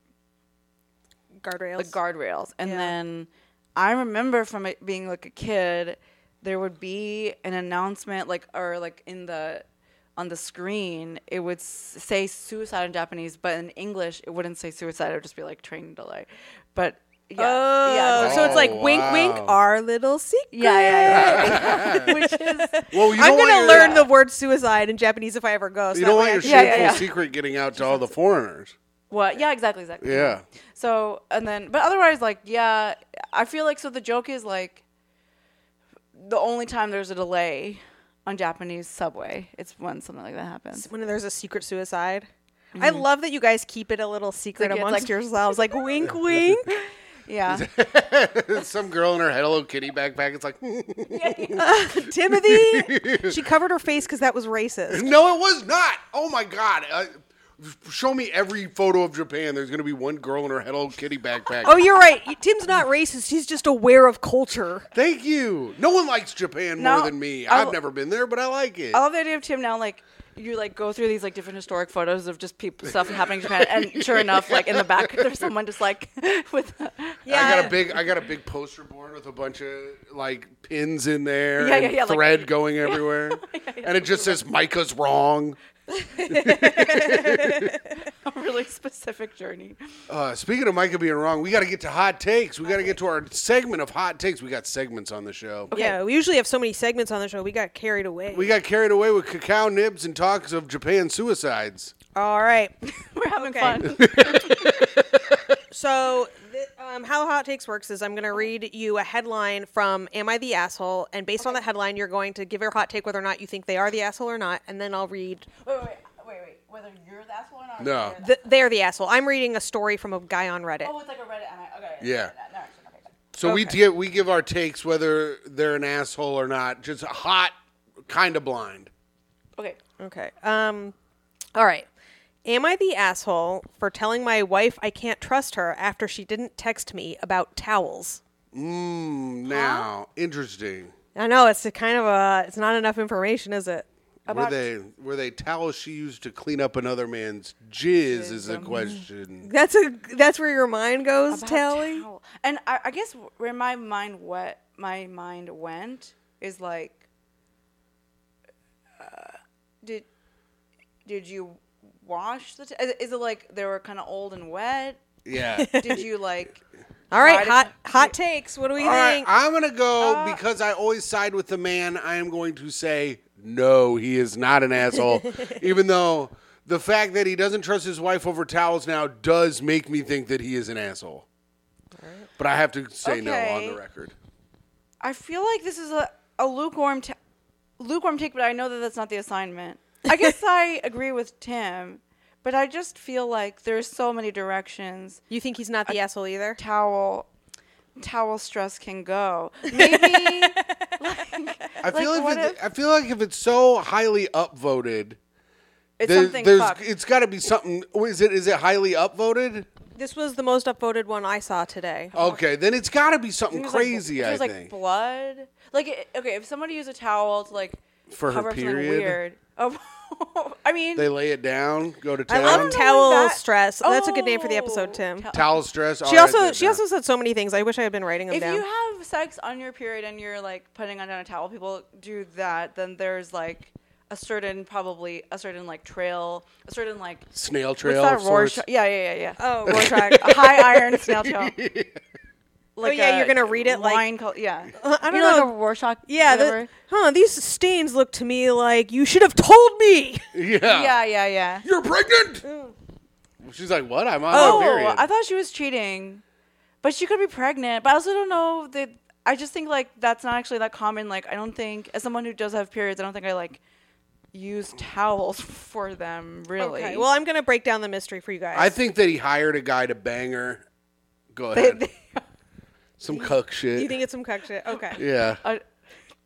Speaker 2: Guardrails.
Speaker 3: like guardrails. And
Speaker 2: Yeah.
Speaker 3: then I remember from it being like a kid, there would be an announcement like or like in the on the screen, it would s- say suicide in Japanese, but in English, it wouldn't say suicide. It would just be like train delay. But yeah,
Speaker 2: Oh,
Speaker 3: yeah,
Speaker 2: so it's like
Speaker 1: Oh,
Speaker 2: wink, wink,
Speaker 1: wow.
Speaker 2: our little secret.
Speaker 3: yeah, yeah, yeah. Which is
Speaker 1: well, you
Speaker 2: I'm
Speaker 1: don't want
Speaker 2: gonna
Speaker 1: your-
Speaker 2: learn the word suicide in Japanese if I ever go. So
Speaker 1: You
Speaker 2: that
Speaker 1: don't want
Speaker 2: way I
Speaker 1: your
Speaker 2: can-
Speaker 3: Yeah, yeah,
Speaker 1: shameful
Speaker 3: yeah.
Speaker 1: secret getting out to all the foreigners.
Speaker 3: What? Yeah, exactly, exactly.
Speaker 1: Yeah.
Speaker 3: So and then, but otherwise, like, yeah, I feel like so the joke is like the only time there's a delay on Japanese subway, it's when something like that happens.
Speaker 2: when there's a secret suicide. I love that you guys keep it a little secret
Speaker 3: Like, it's
Speaker 2: amongst
Speaker 3: like-
Speaker 2: yourselves, Mm-hmm. like wink, wink.
Speaker 3: Yeah,
Speaker 1: Some girl in her Hello Kitty backpack. It's like,
Speaker 2: Timothy, she covered her face because that was racist.
Speaker 1: no, it was not. Oh my god. Uh, show me every photo of Japan. There's gonna be one girl in her Hello Kitty backpack.
Speaker 2: Oh, you're right. Tim's not racist. He's just aware of culture.
Speaker 1: Thank you. No one likes Japan
Speaker 3: No, Oh.
Speaker 1: more than me.
Speaker 3: I
Speaker 1: I've
Speaker 3: lo-
Speaker 1: never been there, but I like it.
Speaker 3: I love the idea of Tim now. Like, you like go through these like different historic photos of just people stuff happening in Japan, and sure enough, like in the back, there's someone just like with.
Speaker 2: Yeah,
Speaker 1: I got a big I got a big poster board with a bunch of like pins in there
Speaker 3: Yeah,
Speaker 1: and
Speaker 3: yeah, yeah, like-
Speaker 1: thread going everywhere. and it just says Micah's wrong.
Speaker 3: a really specific journey.
Speaker 1: Uh, speaking of Micah being wrong, we got to get to hot takes. We got to get to our segment of hot takes. We got segments on the show.
Speaker 2: Yeah, we usually have so many segments on the show. We got carried away.
Speaker 1: We got carried away with cacao nibs and talks of Japan suicides.
Speaker 2: All right.
Speaker 3: We're having
Speaker 2: Okay.
Speaker 3: fun.
Speaker 2: So, th- um, how Hot Takes works is I'm going to read you a headline from Am I the Asshole? And based on that headline, you're going to give your hot take whether or not you think they are the asshole or not. And then I'll read
Speaker 3: Wait, wait, wait, wait, wait. Whether you're the asshole or not.
Speaker 1: No. you're the
Speaker 2: th- They're the Asshole. I'm reading a story from a guy on Reddit.
Speaker 1: Oh.
Speaker 3: it's like a Reddit. Okay.
Speaker 1: Yeah. So we give we give our takes whether they're an asshole or not. Just hot, kind of blind.
Speaker 3: Okay.
Speaker 2: Okay. Um, all right. Am I the asshole for telling my wife I can't trust her after she didn't text me about towels?
Speaker 1: Mm, now, interesting.
Speaker 2: I know it's a kind of a it's not enough information, is it?
Speaker 1: were they were they towels she used to clean up another man's jizz? Is the question.
Speaker 2: That's a that's where your mind goes,
Speaker 3: About
Speaker 2: Tally.
Speaker 3: towel. And I, I guess where my mind what my mind went is like, uh, did did you wash the? T- is is it like they were kind of old and wet?
Speaker 1: Yeah.
Speaker 3: Did you like?
Speaker 2: All right,
Speaker 3: Right.
Speaker 2: hot hot takes. What do we
Speaker 1: All right,
Speaker 2: think?
Speaker 1: I'm gonna go because I always side with the man. I am going to say no. He is not an asshole, even though the fact that he doesn't trust his wife over towels now does make me think that he is an asshole. But I have to say no on
Speaker 3: Okay.
Speaker 1: the record.
Speaker 3: I feel like this is a, a lukewarm t- lukewarm take, but I know that that's not the assignment. I guess I agree with Tim, but I just feel like there's so many directions
Speaker 2: you think he's not the asshole either?
Speaker 3: towel towel stress can go. Maybe
Speaker 1: I feel
Speaker 3: Like,
Speaker 1: if,
Speaker 3: what
Speaker 1: it,
Speaker 3: if-
Speaker 1: I feel like if it's so highly upvoted,
Speaker 3: it's
Speaker 1: there-
Speaker 3: something
Speaker 1: there's
Speaker 3: fucked.
Speaker 1: it's got to be something. Is it is it highly upvoted?
Speaker 2: This was the most upvoted one I saw today.
Speaker 1: Okay, then it's got to be something
Speaker 3: It was
Speaker 1: crazy.
Speaker 3: Like, it was
Speaker 1: I
Speaker 3: like
Speaker 1: think.
Speaker 3: blood. Like it, okay, if somebody used a towel to like
Speaker 1: For her
Speaker 3: cover up something
Speaker 1: period?
Speaker 3: weird. Oh, I mean,
Speaker 1: they lay it down, go to
Speaker 2: I
Speaker 1: town.
Speaker 2: love
Speaker 3: know
Speaker 2: towel
Speaker 3: that-
Speaker 2: stress. That's a good name for the
Speaker 3: Oh,
Speaker 2: episode, Tim.
Speaker 3: towel-
Speaker 1: towel stress.
Speaker 2: she
Speaker 1: all right,
Speaker 2: also
Speaker 1: then,
Speaker 2: she
Speaker 1: yeah.
Speaker 2: also said so many things. I wish I had been writing them
Speaker 3: if
Speaker 2: down.
Speaker 3: you have sex on your period and you're like putting on down a towel, people do that. Then there's like a certain probably a certain like trail, a certain like
Speaker 1: snail
Speaker 3: what's
Speaker 1: trail.
Speaker 3: that
Speaker 1: of sorts.
Speaker 3: Rorschach- Yeah, yeah, yeah, yeah.
Speaker 2: Oh,
Speaker 3: Rorschach, a high iron snail trail. Like
Speaker 2: Oh, yeah,
Speaker 3: a
Speaker 2: you're gonna read it, like-
Speaker 3: wine col- yeah.
Speaker 2: I don't
Speaker 3: you know,
Speaker 2: know.
Speaker 3: like a Rorschach.
Speaker 2: yeah, the,
Speaker 3: whatever.
Speaker 2: huh? These stains look to me like you should have told me.
Speaker 1: Yeah.
Speaker 3: yeah, yeah, yeah.
Speaker 1: You're pregnant. She's like, what? I'm on
Speaker 3: Oh,
Speaker 1: my period.
Speaker 3: I thought she was cheating, but she could be pregnant. But I also don't know that. I just think like that's not actually that common. Like I don't think as someone who does have periods, I don't think I like use towels for them really.
Speaker 2: Okay, well, I'm gonna break down the mystery for you guys.
Speaker 1: I think that he hired a guy to bang her. Go
Speaker 3: They-
Speaker 1: ahead.
Speaker 3: they-
Speaker 1: Some cuck shit.
Speaker 2: you think it's some cuck shit? Okay.
Speaker 1: yeah.
Speaker 3: a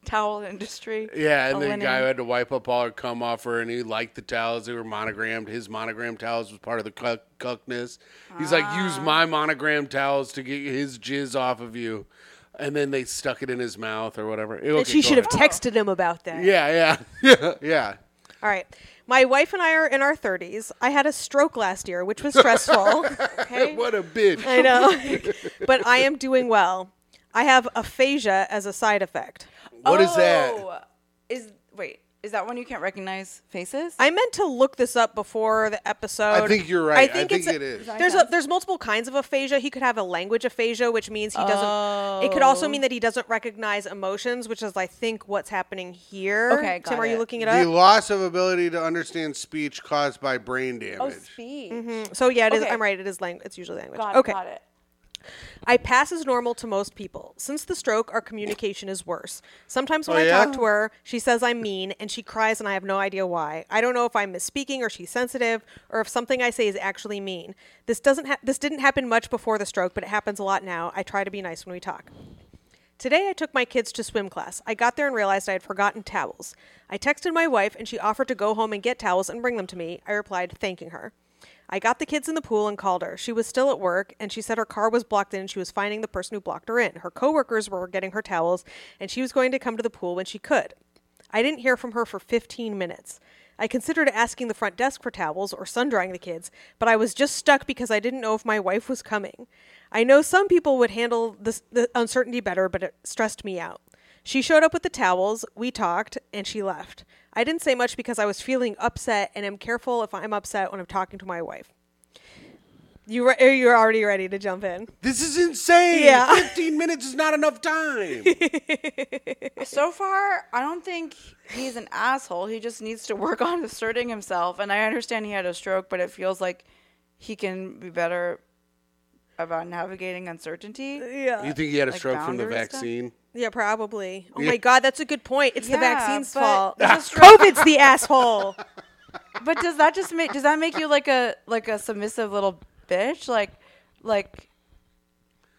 Speaker 3: towel industry.
Speaker 1: Yeah,
Speaker 3: a
Speaker 1: and then
Speaker 3: linen-
Speaker 1: guy had to wipe up all her cum off her, and he liked the towels. They were monogrammed. His monogrammed towels was part of the cuck- cuckness. He's like,
Speaker 3: Ah.
Speaker 1: use my monogrammed towels to get his jizz off of you. And then they stuck it in his mouth or whatever.
Speaker 2: And she should have texted him about that.
Speaker 1: Yeah, yeah, yeah, yeah.
Speaker 2: All right. My wife and I are in our 30s. I had a stroke last year, which was stressful. okay.
Speaker 1: What a bitch.
Speaker 2: I know. but I am doing well. I have aphasia as a side effect.
Speaker 1: What is that?
Speaker 3: Oh, Is wait, is that when you can't recognize faces?
Speaker 2: I meant to look this up before the episode.
Speaker 1: I think you're right. I think
Speaker 2: it's a-
Speaker 1: it is.
Speaker 2: There's a, there's multiple kinds of aphasia. He could have a language aphasia, which means he doesn't. It could
Speaker 3: Oh.
Speaker 2: also mean that he doesn't recognize emotions, which is I think what's happening here.
Speaker 3: Okay, got
Speaker 2: Tim, are you
Speaker 3: it.
Speaker 2: looking it
Speaker 1: The
Speaker 2: up?
Speaker 1: loss of ability to understand speech caused by brain
Speaker 3: oh,
Speaker 1: damage.
Speaker 3: speech.
Speaker 2: So yeah, it is-
Speaker 3: Okay.
Speaker 2: I'm right. It is language. It's usually language.
Speaker 3: Got it.
Speaker 2: okay.
Speaker 3: Got it.
Speaker 2: I pass as normal to most people. Since the stroke, our communication is worse. Sometimes when
Speaker 1: Oh,
Speaker 2: I
Speaker 1: yeah?
Speaker 2: talk to her, she says I'm mean and she cries and I have no idea why. I don't know if I'm misspeaking or she's sensitive or if something I say is actually mean. This doesn't ha- this didn't happen much before the stroke, but it happens a lot now. I try to be nice when we talk. Today I took my kids to swim class. I got there and realized I had forgotten towels. I texted my wife and she offered to go home and get towels and bring them to me. I replied, thanking her. I got the kids in the pool and called her. She was still at work and she said her car was blocked in and she was finding the person who blocked her in. Her coworkers were getting her towels and she was going to come to the pool when she could. I didn't hear from her for 15 minutes. I considered asking the front desk for towels or sun drying the kids, but I was just stuck because I didn't know if my wife was coming. I know some people would handle this, the uncertainty better, but it stressed me out. She showed up with the towels, we talked, and she left. I didn't say much because I was feeling upset and am careful if I'm upset when I'm talking to my wife. You re- are you already ready to jump in?
Speaker 1: This is insane.
Speaker 2: Yeah.
Speaker 1: 15 minutes is not enough time.
Speaker 3: So far, I don't think he's an asshole. He just needs to work on asserting himself. And I understand he had a stroke, but it feels like he can be better about navigating uncertainty.
Speaker 1: you think he had a
Speaker 3: Like
Speaker 1: stroke from the
Speaker 3: boundary stuff?
Speaker 1: vaccine?
Speaker 2: Yeah, probably. Oh
Speaker 1: Yeah.
Speaker 2: my god, that's a good point. It's the
Speaker 3: Yeah,
Speaker 2: vaccine's
Speaker 3: but
Speaker 2: fault.
Speaker 3: it's a stroke.
Speaker 2: COVID's the asshole.
Speaker 3: But does that just make does that make you like a like a submissive little bitch? Like like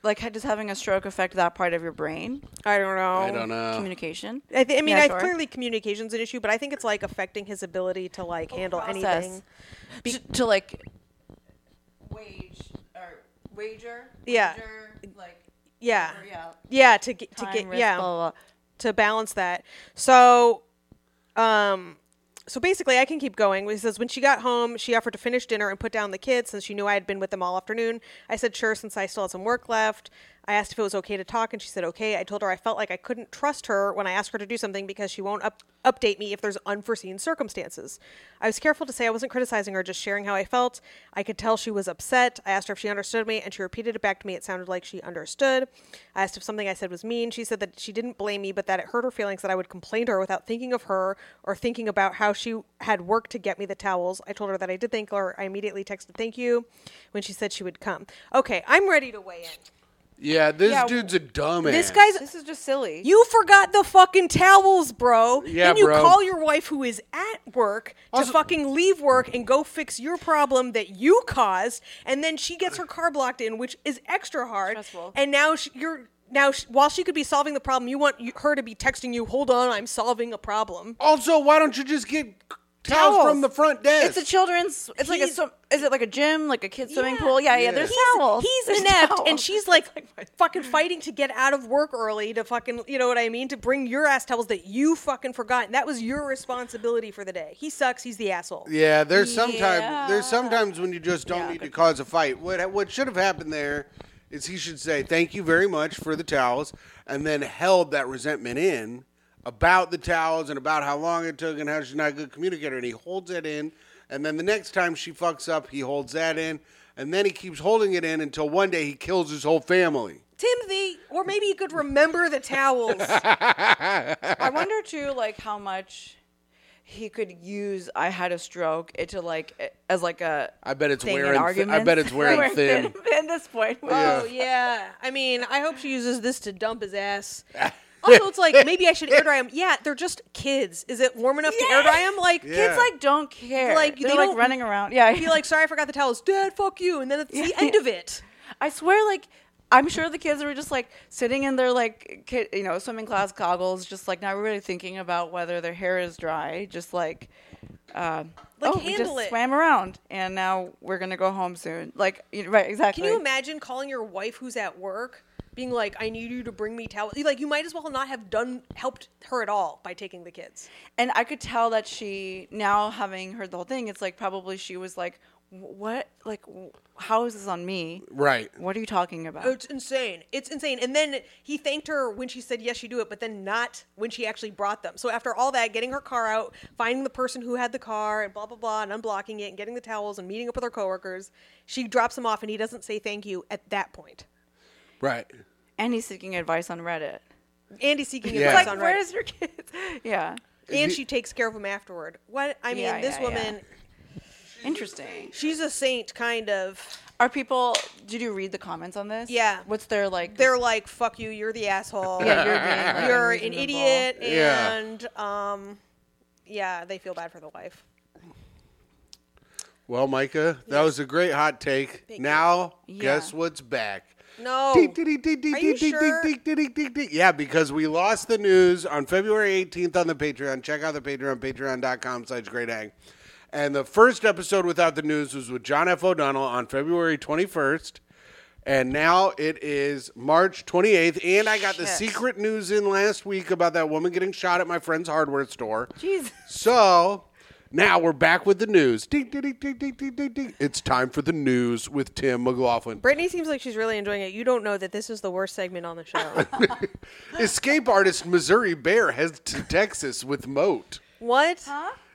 Speaker 3: like ha- does having a stroke affect that part of your brain
Speaker 2: I don't know.
Speaker 3: Oh,
Speaker 1: I don't know.
Speaker 3: communication?
Speaker 2: I, th- I mean,
Speaker 3: Yeah,
Speaker 2: I
Speaker 3: sure.
Speaker 2: clearly communication's an issue, but I think it's like affecting his ability to like handle
Speaker 3: process.
Speaker 2: anything.
Speaker 3: to, to like wage or wager.
Speaker 2: Yeah.
Speaker 3: Wager, like
Speaker 2: Yeah,
Speaker 3: yeah.
Speaker 2: yeah, to get to
Speaker 3: Time,
Speaker 2: get
Speaker 3: risk,
Speaker 2: yeah
Speaker 3: blah, blah,
Speaker 2: to balance that. So, um, so basically, I can keep going. He says when she got home, she offered to finish dinner and put down the kids since she knew I had been with them all afternoon. I said sure since I still had some work left. I asked if it was okay to talk, and she said okay. I told her I felt like I couldn't trust her when I asked her to do something because she won't up- update me if there's unforeseen circumstances. I was careful to say I wasn't criticizing her, just sharing how I felt. I could tell she was upset. I asked her if she understood me, and she repeated it back to me. It sounded like she understood. I asked if something I said was mean. She said that she didn't blame me, but that it hurt her feelings that I would complain to her without thinking of her or thinking about how she had worked to get me the towels. I told her that I did thank her. I immediately texted thank you when she said she would come. Okay, I'm ready to weigh in.
Speaker 1: Yeah, this
Speaker 3: Yeah,
Speaker 1: dude's a dumbass.
Speaker 2: This guy's
Speaker 3: blah. This is just silly.
Speaker 2: you forgot the fucking towels, bro.
Speaker 1: Yeah,
Speaker 2: then you
Speaker 1: bro.
Speaker 2: call your wife who is at work to
Speaker 1: Also-
Speaker 2: fucking leave work and go fix your problem that you caused, and then she gets her car blocked in, which is extra hard.
Speaker 3: Stressful.
Speaker 2: And now she, you're now she, while she could be solving the problem, you want you- her to be texting you, "Hold on, I'm solving a problem."
Speaker 1: Also, why don't you just get towels,
Speaker 3: Towels.
Speaker 1: from the front desk?
Speaker 3: It's a children's. It's like a.
Speaker 2: He's-
Speaker 3: sw- Is it like a gym? Like a kids swimming pool? Yeah, yeah.
Speaker 1: Yeah.
Speaker 3: There's
Speaker 2: He's,
Speaker 3: towels.
Speaker 2: he's
Speaker 3: There's
Speaker 2: inept, and
Speaker 3: towels.
Speaker 2: she's like, fucking fighting to get out of work early to fucking, you know what I mean, to bring your ass towels that you fucking forgot. And that was your responsibility for the day. He sucks. He's the asshole.
Speaker 1: yeah, there's sometimes
Speaker 3: Yeah.
Speaker 1: there's sometimes when you just don't
Speaker 3: Yeah,
Speaker 1: need to
Speaker 3: good
Speaker 1: cause a fight. What what should have happened there is he should say thank you very much for the towels, and then held that resentment in about the towels and about how long it took and how she's not a good communicator, and he holds that in, and then the next time she fucks up, he holds that in, and then he keeps holding it in until one day he kills his whole family.
Speaker 2: Timothy, or maybe you could remember the towels.
Speaker 3: I wonder too, like how much he could use. I had a stroke. It to like as like a.
Speaker 1: I bet it's
Speaker 3: thing in
Speaker 1: wearing. Th- I
Speaker 3: arguments.
Speaker 1: bet it's wearing, thin.
Speaker 3: At this point,
Speaker 2: Oh yeah. I mean, I hope she uses this to dump his ass. Also, it's like maybe I should air dry him. Yeah, they're just kids. Is it warm enough to air dry him? Like
Speaker 1: Yeah.
Speaker 3: kids like don't care.
Speaker 2: Like,
Speaker 3: Like
Speaker 2: they
Speaker 3: they're like
Speaker 2: don't
Speaker 3: running around. Yeah,
Speaker 2: be like, sorry, I forgot the towels. Dad, fuck you. And then it's the
Speaker 3: Yeah.
Speaker 2: end of it.
Speaker 3: I swear, like, I'm sure the kids were just like sitting in their like, ki you know, swimming class goggles, just like not really thinking about whether their hair is dry, just like, um,
Speaker 2: Like,
Speaker 3: oh, we
Speaker 2: handle
Speaker 3: just
Speaker 2: it.
Speaker 3: swam around, and now we're gonna go home soon. Like, you know, right, exactly.
Speaker 2: Can you imagine calling your wife who's at work? Being like, I need you to bring me towels. Like, you might as well not have done helped her at all by taking the kids.
Speaker 3: And I could tell that she now having heard the whole thing, it's like probably she was like, what, like, w- how is this on me?
Speaker 1: Right.
Speaker 3: What are you talking about?
Speaker 2: Oh, It's insane. It's insane. And then he thanked her when she said yes, you do it, but then not when she actually brought them. So after all that, getting her car out, finding the person who had the car, and blah blah blah, and unblocking it, and getting the towels, and meeting up with her coworkers, she drops him off, and he doesn't say thank you at that point.
Speaker 1: Right.
Speaker 3: and he's seeking advice on Reddit.
Speaker 2: Andy's seeking
Speaker 1: Yeah.
Speaker 2: advice
Speaker 3: Like,
Speaker 2: on Reddit,
Speaker 3: where's your kids? yeah.
Speaker 2: and she takes care of him afterward. What I mean,
Speaker 3: Yeah,
Speaker 2: this
Speaker 3: yeah,
Speaker 2: woman,
Speaker 3: Interesting.
Speaker 2: she's a saint, kind of.
Speaker 3: Are people? Did you read the comments on this?
Speaker 2: Yeah.
Speaker 3: What's their like?
Speaker 2: They're like, "Fuck you, you're the asshole.
Speaker 3: Yeah, you're being, like,
Speaker 2: you're an
Speaker 3: unreasonable.
Speaker 2: idiot,"
Speaker 1: Yeah.
Speaker 2: and um, yeah, they feel bad for the wife.
Speaker 1: Well, Micah, that was a great hot take. now,
Speaker 3: Yeah.
Speaker 1: guess what's back?
Speaker 2: No.
Speaker 1: Dee, dee, dee, dee, dee,
Speaker 2: Are
Speaker 1: dee,
Speaker 2: you
Speaker 1: dee,
Speaker 2: sure?
Speaker 1: dee, dee, dee, dee, dee. Yeah, because we lost the news on February 18th on the Patreon. Check out the Patreon, patreon.com slash great hang. And the first episode without the news was with John F. O'Donnell on February 21st. And now it is March 28th. And I got the
Speaker 3: Shit.
Speaker 1: secret news in last week about that woman getting shot at my friend's hardware store.
Speaker 3: Jeez.
Speaker 1: So now we're back with the news. Ding, ding, ding, ding, ding, ding, ding, ding. It's time for the news with Tim McLaughlin.
Speaker 2: Brittany seems like she's really enjoying it. You don't know that this is the worst segment on the show.
Speaker 1: Escape artist Missouri Bear heads to Texas with moat.
Speaker 2: what?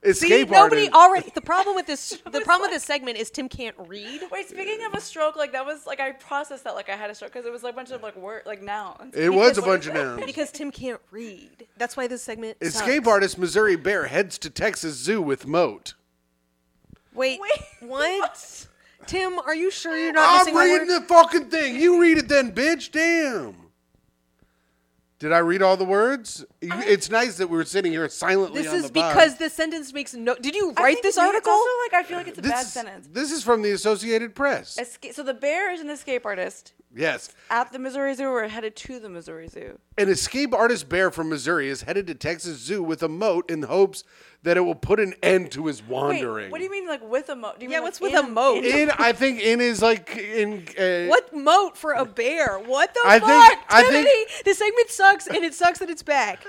Speaker 2: See,
Speaker 1: Escape
Speaker 2: nobody
Speaker 1: artist.
Speaker 2: already. The problem with this, the problem with this segment is Tim can't read.
Speaker 3: Wait, speaking of a stroke, like that was like I processed that like I had a stroke because it was like a bunch of like word like nouns.
Speaker 1: it was a
Speaker 3: What
Speaker 1: bunch
Speaker 3: is
Speaker 1: of
Speaker 3: it?
Speaker 1: nouns.
Speaker 2: Because Tim can't read. That's why this segment.
Speaker 1: Escape
Speaker 2: sucks.
Speaker 1: artist Missouri Bear heads to Texas Zoo with moat.
Speaker 2: Wait,
Speaker 3: Wait,
Speaker 2: what? Tim, are you sure you're not
Speaker 1: I'm
Speaker 2: missing a
Speaker 1: reading
Speaker 2: word?
Speaker 1: the fucking thing. You read it then, bitch. Damn. Did I read all the words? You- it's nice that we were sitting here silently.
Speaker 2: This
Speaker 1: on
Speaker 2: is
Speaker 1: the pod.
Speaker 2: because this sentence makes no. Did you
Speaker 3: I
Speaker 2: write
Speaker 3: think-
Speaker 2: this
Speaker 3: no,
Speaker 2: article?
Speaker 3: It's also like I feel like it's a
Speaker 1: this,
Speaker 3: bad sentence.
Speaker 1: This is from the Associated Press.
Speaker 3: Esca- so the bear is an escape artist
Speaker 1: yes.
Speaker 3: at the Missouri Zoo or headed to the Missouri Zoo.
Speaker 1: An escape artist bear from Missouri is headed to Texas Zoo with a moat in hopes that it will put an end to his wandering.
Speaker 3: Wait, what do you mean like with a moat? Do you
Speaker 2: Yeah,
Speaker 3: mean,
Speaker 2: what's
Speaker 3: like,
Speaker 2: with
Speaker 3: in
Speaker 2: a moat?
Speaker 3: in-
Speaker 1: In, I think in is like in. Uh,
Speaker 2: what moat for a bear? What the
Speaker 1: I think-
Speaker 2: fuck,
Speaker 1: I
Speaker 2: Timothy?
Speaker 1: think-
Speaker 2: this segment sucks, and it sucks that it's back.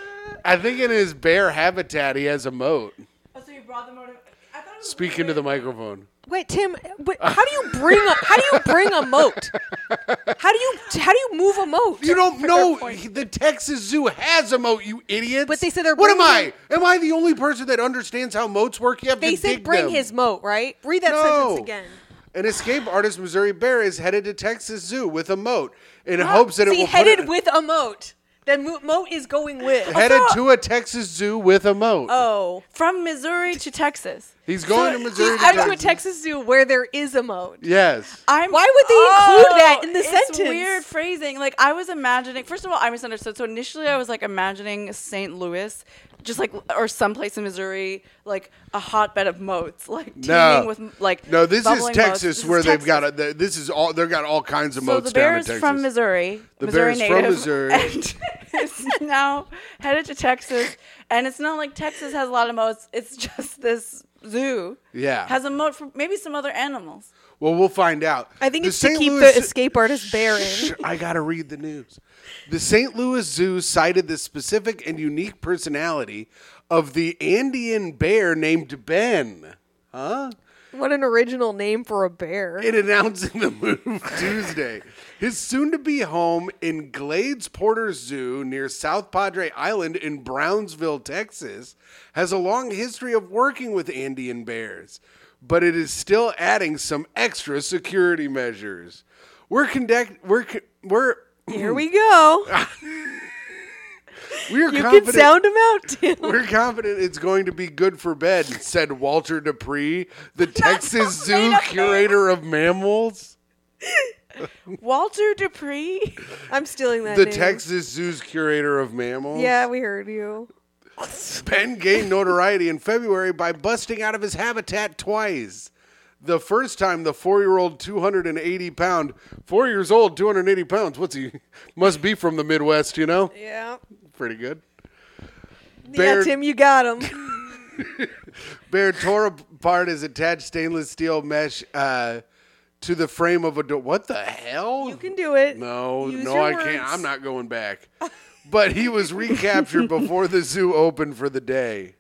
Speaker 1: I think in his bear habitat he has a moat.
Speaker 3: oh, so you brought the moat. in- I thought it was
Speaker 1: Speak into the microphone.
Speaker 2: Wait, Tim, but how do you bring a how do you bring a moat? How do you how do you move a moat?
Speaker 1: You don't
Speaker 3: Fair
Speaker 1: know
Speaker 3: point.
Speaker 1: the Texas Zoo has a moat, you idiots.
Speaker 2: But they said they're
Speaker 1: What am I? Am
Speaker 2: bringing-
Speaker 1: I the only person that understands how moats work? You have
Speaker 2: they
Speaker 1: to
Speaker 2: said
Speaker 1: dig
Speaker 2: bring
Speaker 1: them.
Speaker 2: his moat, right? Read that sentence again.
Speaker 1: An escape artist, Missouri Bear, is headed to Texas Zoo with a moat in hopes that it
Speaker 2: See,
Speaker 1: will put
Speaker 2: headed
Speaker 1: it-
Speaker 2: with a moat. The mo- moat is going with.
Speaker 1: headed to a Texas Zoo with a moat.
Speaker 2: Oh,
Speaker 3: from Missouri to Texas.
Speaker 1: He's going
Speaker 3: So
Speaker 1: to Missouri.
Speaker 2: he's
Speaker 1: to
Speaker 2: out to a
Speaker 1: Texas.
Speaker 2: Texas zoo where there is a moat.
Speaker 1: Yes.
Speaker 3: I'm, Oh,
Speaker 2: Why would they include that in the
Speaker 3: it's
Speaker 2: sentence?
Speaker 3: Weird phrasing. Like I was imagining. First of all, I misunderstood. So initially, I was like imagining St. Louis, just like or someplace in Missouri, like a hotbed of moats, like teeming
Speaker 1: No.
Speaker 3: with like
Speaker 1: no, this is
Speaker 3: bubbling moats.
Speaker 1: Texas
Speaker 3: This is
Speaker 1: where they've
Speaker 3: Texas.
Speaker 1: got a, th- this is all they've got all kinds of
Speaker 3: So
Speaker 1: moats
Speaker 3: the
Speaker 1: down
Speaker 3: bear
Speaker 1: in
Speaker 3: is
Speaker 1: Texas.
Speaker 3: from Missouri.
Speaker 1: The bear
Speaker 3: Missouri
Speaker 1: is from
Speaker 3: native,
Speaker 1: Missouri.
Speaker 3: And is now headed to Texas, and it's not like Texas has a lot of moats. It's just this zoo.
Speaker 1: Yeah.
Speaker 3: has a moat for maybe some other animals.
Speaker 1: Well, we'll find out.
Speaker 2: I think
Speaker 1: The
Speaker 2: it's to
Speaker 1: St.
Speaker 2: keep
Speaker 1: Louis-
Speaker 2: the escape artist bear in.
Speaker 1: Shh, I gotta read the news. The St. Louis Zoo cited the specific and unique personality of the Andean bear named Ben. Huh?
Speaker 2: What an original name for a bear.
Speaker 1: in announcing the move Tuesday. His soon to be home in Glades Porter Zoo near South Padre Island in Brownsville, Texas, has a long history of working with Andean bears, but it is still adding some extra security measures. We're conduct we're co- we're
Speaker 2: Here we go.
Speaker 1: we're
Speaker 2: You
Speaker 1: confident
Speaker 2: can sound him out, Tim.
Speaker 1: we're confident it's going to be good for bed, said Walter Dupree, the Texas Zoo curator of mammals.
Speaker 3: Walter Dupree.
Speaker 2: I'm stealing that
Speaker 1: the
Speaker 2: name.
Speaker 1: Texas Zoo's curator of mammals.
Speaker 2: Yeah, we heard you.
Speaker 1: Ben gained notoriety in February by busting out of his habitat twice. The first time, the four-year-old, 280-pound, four years old, 280 pounds. What's he? Must be from the Midwest, you know.
Speaker 2: Yeah.
Speaker 1: Pretty good. Bear-
Speaker 2: Yeah, Tim, you got him.
Speaker 1: Bear tore apart his attached stainless steel mesh uh, to the frame of a door. What the hell?
Speaker 2: You can do it.
Speaker 1: No,
Speaker 2: Use
Speaker 1: no,
Speaker 2: your
Speaker 1: I can't.
Speaker 2: words.
Speaker 1: I'm not going back. But he was recaptured before the zoo opened for the day.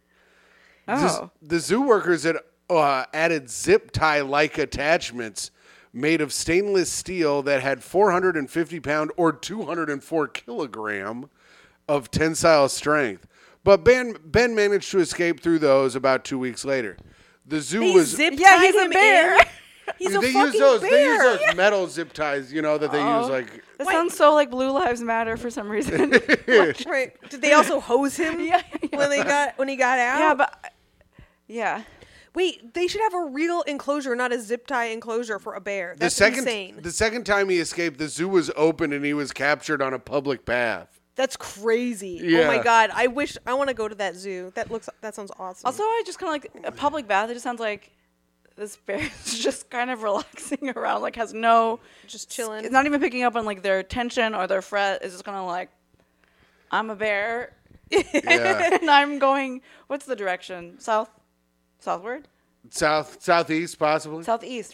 Speaker 3: Oh,
Speaker 1: The, the zoo workers had uh, added zip tie like attachments made of stainless steel that had 450 pound or 204 kilogram of tensile strength. But Ben, ben managed to escape through those about two weeks later. The zoo
Speaker 2: He
Speaker 1: was.
Speaker 2: zip
Speaker 3: Yeah,
Speaker 2: tied
Speaker 3: he's a
Speaker 2: him
Speaker 3: bear.
Speaker 2: in. He's a
Speaker 1: they
Speaker 2: fucking
Speaker 1: use those.
Speaker 2: bear. Oh.
Speaker 1: They use those metal zip ties, you know, that they use like
Speaker 3: that
Speaker 2: Wait.
Speaker 3: sounds so like Blue Lives Matter for some reason.
Speaker 2: Right. Did they also hose him
Speaker 3: Yeah, yeah.
Speaker 2: when they got when he got out?
Speaker 3: yeah, but yeah.
Speaker 2: wait, they should have a real enclosure, not a zip tie enclosure for a bear. That's
Speaker 1: the second
Speaker 2: insane.
Speaker 1: the second time he escaped, the zoo was open and he was captured on a public path.
Speaker 2: That's crazy. Oh
Speaker 1: Yeah.
Speaker 2: my god. I wish I want to go to that zoo. That looks that sounds awesome.
Speaker 3: Also, I just kind of like a public bath. It just sounds like this bear is just kind of relaxing around, like has no,
Speaker 2: just chilling.
Speaker 3: it's not even picking up on like their tension or their fret. It's just kind of like, I'm a bear
Speaker 1: Yeah.
Speaker 3: and I'm going. What's the direction? South, southward,
Speaker 1: South southeast possibly.
Speaker 3: southeast,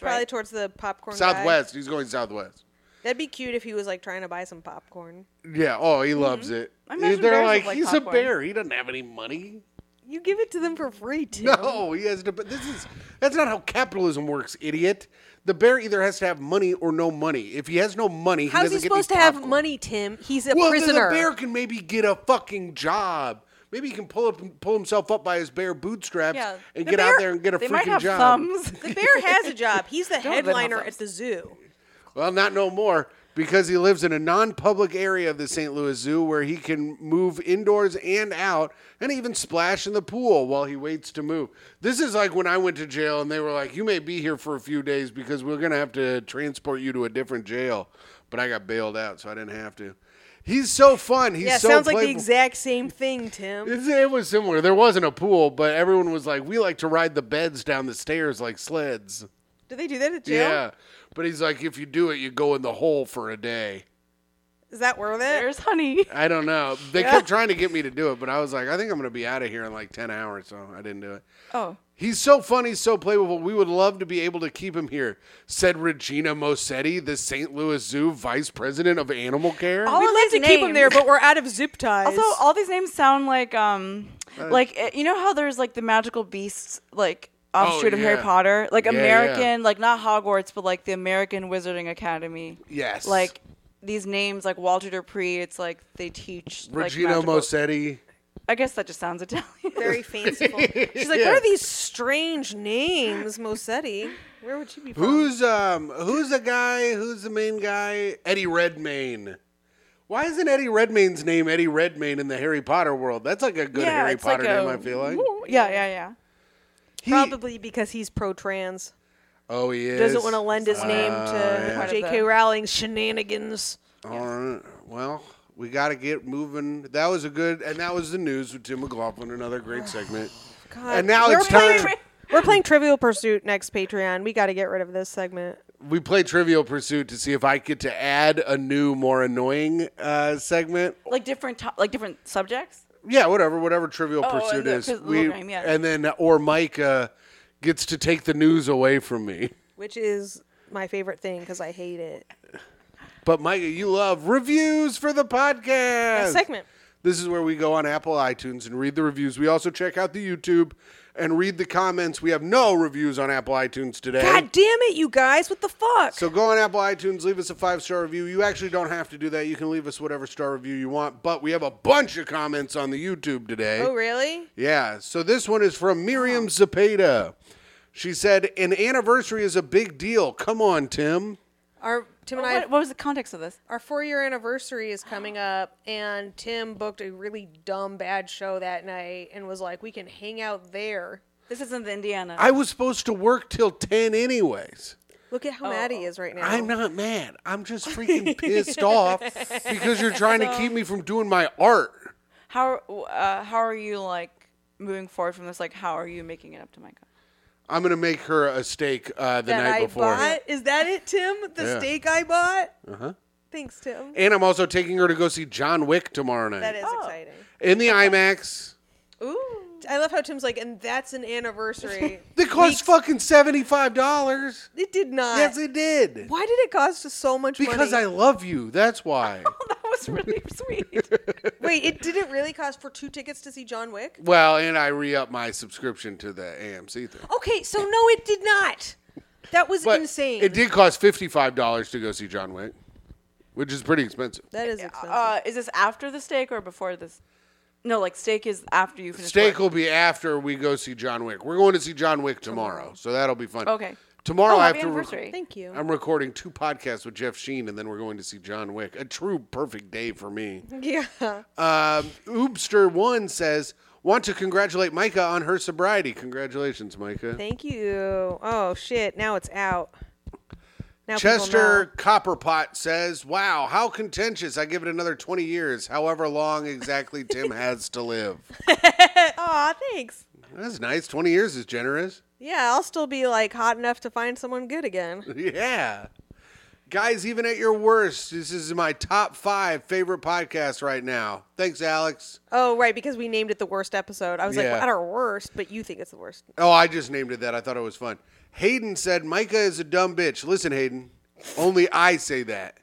Speaker 2: Probably
Speaker 3: right?
Speaker 2: towards the popcorn. guy.
Speaker 1: southwest. He's going southwest.
Speaker 2: That'd be cute if he was like trying to buy some popcorn.
Speaker 1: Yeah. Oh, he loves it.
Speaker 3: I imagine bears
Speaker 1: They're
Speaker 3: look
Speaker 1: like,
Speaker 3: like
Speaker 1: he's
Speaker 3: popcorn."
Speaker 1: a bear. He doesn't have any money.
Speaker 2: You give it to them for free, too.
Speaker 1: No, he has to. But this is that's not how capitalism works, idiot. The bear either has to have money or no money. If he has no money, he
Speaker 2: How's he
Speaker 1: doesn't get any
Speaker 2: supposed to have
Speaker 1: popcorn.
Speaker 2: money, Tim? He's a
Speaker 1: Well, then
Speaker 2: prisoner.
Speaker 1: the bear can maybe get a fucking job. Maybe he can pull up, pull himself up by his bare bootstraps
Speaker 3: Yeah.
Speaker 1: and
Speaker 3: The
Speaker 1: get out
Speaker 3: bear-
Speaker 1: there and get a
Speaker 3: they
Speaker 1: freaking
Speaker 3: might have
Speaker 1: job.
Speaker 3: thumbs.
Speaker 2: The bear has a job. He's the
Speaker 3: have enough
Speaker 2: headliner
Speaker 3: of
Speaker 2: at the zoo.
Speaker 1: Well, not no more because he lives in a non-public area of the St. Louis Zoo where he can move indoors and out and even splash in the pool while he waits to move. This is like when I went to jail and they were like, "You may be here for a few days because we're going to have to transport you to a different jail." But I got bailed out, so I didn't have to. He's so fun. He's
Speaker 2: yeah,
Speaker 1: so
Speaker 2: sounds like the
Speaker 1: playful.
Speaker 2: exact same thing, Tim.
Speaker 1: It's- It was similar. There wasn't a pool, but everyone was like, "We like to ride the beds down the stairs like sleds."
Speaker 2: Do they do that at jail?
Speaker 1: Yeah, but he's like, "If you do it, you go in the hole for a day."
Speaker 2: Is that worth it?
Speaker 3: There's honey.
Speaker 1: I don't know. They kept trying to get me to do it, but I was like, "I think I'm going to be out of here in like ten hours," so I didn't do it.
Speaker 3: Oh.
Speaker 1: He's so funny, so playable. We would love to be able to keep him here," said Regina Mosetti, the St. Louis Zoo vice president of animal care.
Speaker 3: All
Speaker 2: We'd
Speaker 3: of
Speaker 2: love to
Speaker 3: these
Speaker 2: keep them there,
Speaker 3: names.
Speaker 2: but we're out of zip ties.
Speaker 3: Also, all these names sound like um, like uh, you know how there's like the magical beasts like offshoot of Harry
Speaker 1: Oh, yeah.
Speaker 3: Potter, like
Speaker 1: Yeah, yeah.
Speaker 3: American, like not Hogwarts, but like the American Wizarding Academy.
Speaker 1: Yes.
Speaker 3: Like these names, like Walter Dupree. It's like they teach like,
Speaker 1: Regina
Speaker 3: magical-
Speaker 1: Mosetti.
Speaker 3: I guess that just sounds Italian.
Speaker 2: very fanciful. She's like, what are these strange names, Mosetti? Where would she be from?
Speaker 1: Who's um who's the guy? Who's the main guy? Eddie Redmayne. Why isn't Eddie Redmayne's name Eddie Redmayne in the Harry Potter world? That's like a good
Speaker 3: yeah,
Speaker 1: Harry
Speaker 3: it's
Speaker 1: Potter
Speaker 3: like a,
Speaker 1: name. I feel like.
Speaker 3: Yeah, yeah, yeah.
Speaker 1: He-
Speaker 2: Probably because he's pro-trans.
Speaker 1: Oh, he is. Oh,
Speaker 2: Doesn't want to lend his name to
Speaker 3: yeah.
Speaker 2: J.K. Rowling's shenanigans.
Speaker 1: All right. Well, we got to get moving. That was a good, and that was the news with Tim McLaughlin. Another great segment.
Speaker 2: God,
Speaker 1: And now
Speaker 2: we're
Speaker 1: it's
Speaker 2: playing-
Speaker 1: time.
Speaker 2: We're playing Trivial Pursuit next Patreon. We got to get rid of this segment.
Speaker 1: We play Trivial Pursuit to see if I get to add a new, more annoying uh, segment.
Speaker 3: Like different, to- like different subjects.
Speaker 1: Yeah, whatever, whatever Trivial
Speaker 3: Oh,
Speaker 1: Pursuit
Speaker 3: and the-
Speaker 1: is.
Speaker 3: his little game, yeah.
Speaker 1: And then, or Mike uh, gets to take the news away from me.
Speaker 2: which is my favorite thing because I hate it.
Speaker 1: But Micah, you love reviews for the podcast.
Speaker 2: That segment.
Speaker 1: This is where we go on Apple iTunes and read the reviews. We also check out the YouTube and read the comments. We have no reviews on Apple iTunes today.
Speaker 2: God damn it, you guys! What the fuck?
Speaker 1: So go on Apple iTunes, leave us a five star review. You actually don't have to do that. You can leave us whatever star review you want. But we have a bunch of comments on the YouTube today.
Speaker 2: oh really?
Speaker 1: Yeah. So this one is from Miriam Zapata. She said, "An anniversary is a big deal. Come on, Tim."
Speaker 2: Our Tim and I,
Speaker 3: What, what was the context of this?
Speaker 2: our four year anniversary is coming up, and Tim booked a really dumb bad show that night and was like, "We can hang out there."
Speaker 3: This isn't the Indiana.
Speaker 1: I was supposed to work till ten, anyways.
Speaker 2: Look at how mad he is right now.
Speaker 1: I'm not mad. I'm just freaking pissed off because you're trying to keep me from doing my art.
Speaker 3: how uh, how are you like moving forward from this? Like, how are you making it up to Micah?
Speaker 1: I'm gonna make her a steak uh, the
Speaker 2: that
Speaker 1: night
Speaker 2: I
Speaker 1: before,
Speaker 2: bought. Is that it, Tim? The
Speaker 1: Yeah. Uh-huh.
Speaker 2: steak I bought. Uh huh. Thanks, Tim.
Speaker 1: and I'm also taking her to go see John Wick tomorrow night
Speaker 2: That is exciting.
Speaker 1: in the IMAX.
Speaker 2: Ooh. I love how Tim's like, and that's an anniversary.
Speaker 1: They cost fucking seventy five dollars.
Speaker 2: it did not.
Speaker 1: Yes, it did.
Speaker 2: Why did it cost us so much money?
Speaker 1: Because I love you. That's why.
Speaker 3: that was really sweet.
Speaker 2: Wait, it didn't really cost for two tickets to see John Wick?
Speaker 1: Well, and I re up my subscription to the AMC thing.
Speaker 2: Okay, so no, it did not. That was
Speaker 1: But
Speaker 2: insane.
Speaker 1: it did cost fifty five dollars to go see John Wick, which is pretty expensive.
Speaker 2: that is expensive.
Speaker 3: Uh, is this after the steak or before this? No, like steak is after you finish.
Speaker 1: Steak
Speaker 3: work.
Speaker 1: will be after we go see John Wick. We're going to see John Wick tomorrow, so that'll be fun.
Speaker 3: Okay.
Speaker 1: Tomorrow
Speaker 3: Oh,
Speaker 1: I have
Speaker 3: happy
Speaker 1: to. rec-
Speaker 3: anniversary.
Speaker 2: Thank you.
Speaker 1: I'm recording two podcasts with Jeff Sheen, and then we're going to see John Wick. A true perfect day for me.
Speaker 2: yeah.
Speaker 1: Um, Oobster One says, "Want to congratulate Micah on her sobriety. Congratulations, Micah."
Speaker 2: Thank you. Oh, shit. Now it's out. Now people
Speaker 1: Chester Copperpot says, "Wow, how contentious! I give it another 20 years, however long exactly Tim has to live."
Speaker 2: know. Aw, thanks.
Speaker 1: That's nice. 20 years is generous.
Speaker 2: Yeah, I'll still be like hot enough to find someone good again.
Speaker 1: Yeah. Guys, even at your worst, this is my top five favorite podcast right now. Thanks, Alex.
Speaker 2: Oh, right, because we named it the worst episode. I was like,
Speaker 1: Yeah.
Speaker 2: well, at our worst, but you think it's the worst.
Speaker 1: Oh, I just named it that. I thought it was fun. Hayden said, Micah is a dumb bitch. Listen, Hayden, only I say that.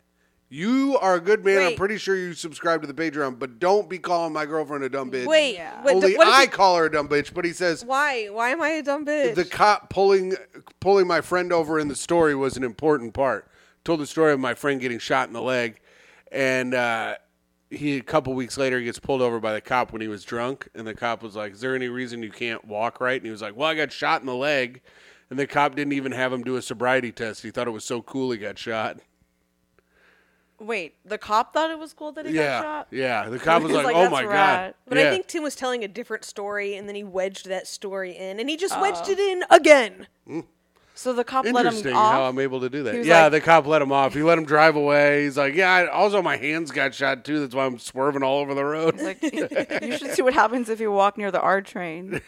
Speaker 1: You are a good man. I'm
Speaker 2: Wait.
Speaker 1: pretty sure you subscribe to the Patreon, but don't be calling my girlfriend a dumb bitch.
Speaker 2: Wait,
Speaker 3: Yeah.
Speaker 2: what,
Speaker 1: only
Speaker 2: what if
Speaker 1: I
Speaker 2: it-
Speaker 1: call her a dumb bitch, but he says
Speaker 2: why? Why am I a dumb bitch?
Speaker 1: the cop pulling pulling my friend over in the story was an important part. Told the story of my friend getting shot in the leg, and uh, he a couple weeks later gets pulled over by the cop when he was drunk, and the cop was like, "Is there any reason you can't walk right?" And he was like, "Well, I got shot in the leg," and the cop didn't even have him do a sobriety test. He thought it was so cool he got shot.
Speaker 3: Wait, the cop thought it was cool that he
Speaker 1: yeah,
Speaker 3: got shot.
Speaker 1: yeah. The cop was
Speaker 3: He's
Speaker 1: like,
Speaker 3: like,
Speaker 1: "Oh
Speaker 3: "That's
Speaker 1: my god!"
Speaker 3: rad."
Speaker 2: But
Speaker 1: yeah.
Speaker 2: I think Tim was Oh. telling a different story, and then he wedged that story in, and he just wedged it in again.
Speaker 3: So the cop let him
Speaker 1: Interesting how
Speaker 3: off.
Speaker 1: I'm able to do
Speaker 3: He
Speaker 1: that.
Speaker 3: was
Speaker 1: Yeah,
Speaker 3: like-
Speaker 1: the cop let him off. He let him drive away. He's like, yeah. I, also, my hands got shot too. That's why I'm swerving all over the road.
Speaker 3: Like, you should see what happens if you walk near the R train.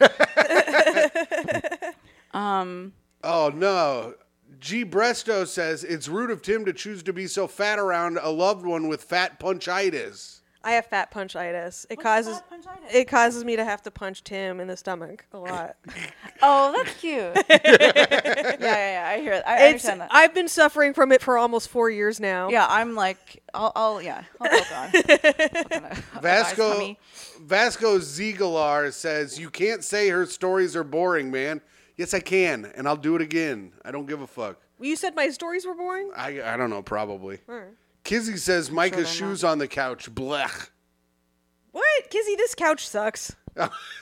Speaker 3: um,
Speaker 1: Oh no. G Bresto says it's rude of Tim to choose to be so fat around a loved one with fat punchitis.
Speaker 2: I have fat punchitis. It causes
Speaker 3: fat punchitis?
Speaker 2: it causes me to have to punch Tim in the stomach a lot.
Speaker 3: oh, that's cute. yeah, yeah, yeah. I hear. I
Speaker 2: it's
Speaker 3: understand that.
Speaker 2: I've been suffering from it for almost four years now.
Speaker 3: yeah, I'm like, I'll, I'll yeah, I'll hold on.
Speaker 1: Vasco
Speaker 3: tummy.
Speaker 1: Vasco Ziegelaar says you can't say her stories are boring, man. Yes, I can, and I'll do it again. I don't give a fuck.
Speaker 2: You said my stories were boring.
Speaker 3: Uh,
Speaker 1: I I don't know, probably. Kizzy says Micah's shoes on the couch. Blech.
Speaker 2: What, Kizzy? This couch sucks.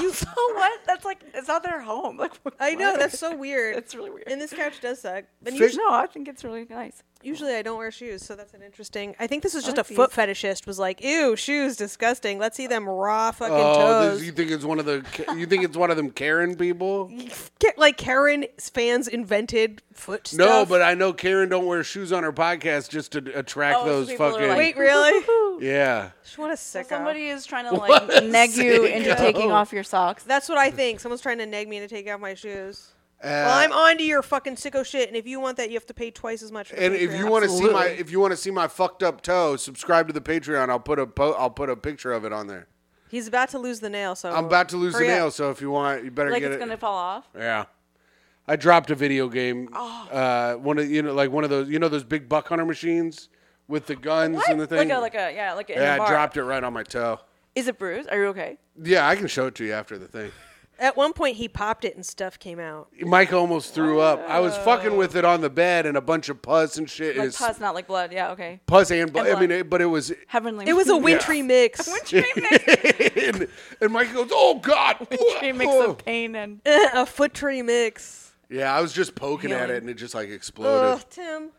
Speaker 3: You so what? That's like, it's not their home. Like, what-
Speaker 2: I know that's so weird.
Speaker 3: It's really weird.
Speaker 2: And this couch does suck. And
Speaker 1: Fix-
Speaker 2: usually,
Speaker 3: no, I think it's really nice.
Speaker 2: usually I don't wear shoes, so that's an interesting. I think this was just
Speaker 3: like
Speaker 2: a foot fetishist was like, "Ew, shoes, disgusting. Let's see them raw fucking
Speaker 1: Oh,
Speaker 2: toes."
Speaker 1: this, you think it's one of the you think it's one of them Karen people?
Speaker 2: Get, like Karen fans invented foot
Speaker 1: No,
Speaker 2: stuff.
Speaker 1: but I know Karen don't wear shoes on her podcast just to attract
Speaker 3: Oh, so
Speaker 1: those
Speaker 3: people are
Speaker 1: fucking
Speaker 3: like-
Speaker 2: wait, really?
Speaker 1: yeah.
Speaker 2: Just want a sicko.
Speaker 3: Somebody is trying to like neg you into
Speaker 1: sicko.
Speaker 3: taking off your socks.
Speaker 2: That's what I think. Someone's trying to neg me to take out my shoes.
Speaker 1: Uh,
Speaker 2: well, I'm on to your fucking sicko shit, and if you want that, you have to pay twice as much. For
Speaker 1: And if you
Speaker 2: Patreon.
Speaker 1: want to see my if you want to see my fucked up toe, subscribe to the Patreon. I'll put a po- I'll put a picture of it on there.
Speaker 2: he's about to lose the nail. So
Speaker 1: I'm about to lose
Speaker 2: hurry
Speaker 1: the
Speaker 2: up.
Speaker 1: nail, so if you want, you better
Speaker 3: like
Speaker 1: get
Speaker 3: it's
Speaker 1: it.
Speaker 3: gonna fall off.
Speaker 1: yeah, I dropped a video game.
Speaker 3: Oh.
Speaker 1: Uh, one of you know like one of those you know those big buck hunter machines with the guns and the thing.
Speaker 3: Like a like a yeah like a, in
Speaker 1: yeah,
Speaker 3: a
Speaker 1: I
Speaker 3: bar.
Speaker 1: dropped it right on my toe.
Speaker 3: Is it bruised? Are you okay?
Speaker 1: Yeah, I can show it to you after the thing.
Speaker 2: At one point, he popped it, and stuff came out.
Speaker 1: Mike almost threw up. I was fucking with it on the bed and a bunch of pus and shit.
Speaker 3: Like
Speaker 1: It's-
Speaker 3: pus, not like blood. Yeah, okay.
Speaker 1: pus and, blood. I
Speaker 3: blood.
Speaker 1: mean, it, but it was
Speaker 3: Heavenly.
Speaker 2: It was a wintry mix.
Speaker 1: and, and Mike goes, "Oh God!"
Speaker 3: She makes
Speaker 1: Oh.
Speaker 3: a pain and
Speaker 2: a foot tree mix.
Speaker 1: Yeah, I was just poking at
Speaker 3: Healing.
Speaker 1: it and it just like exploded.
Speaker 2: Ugh, Tim.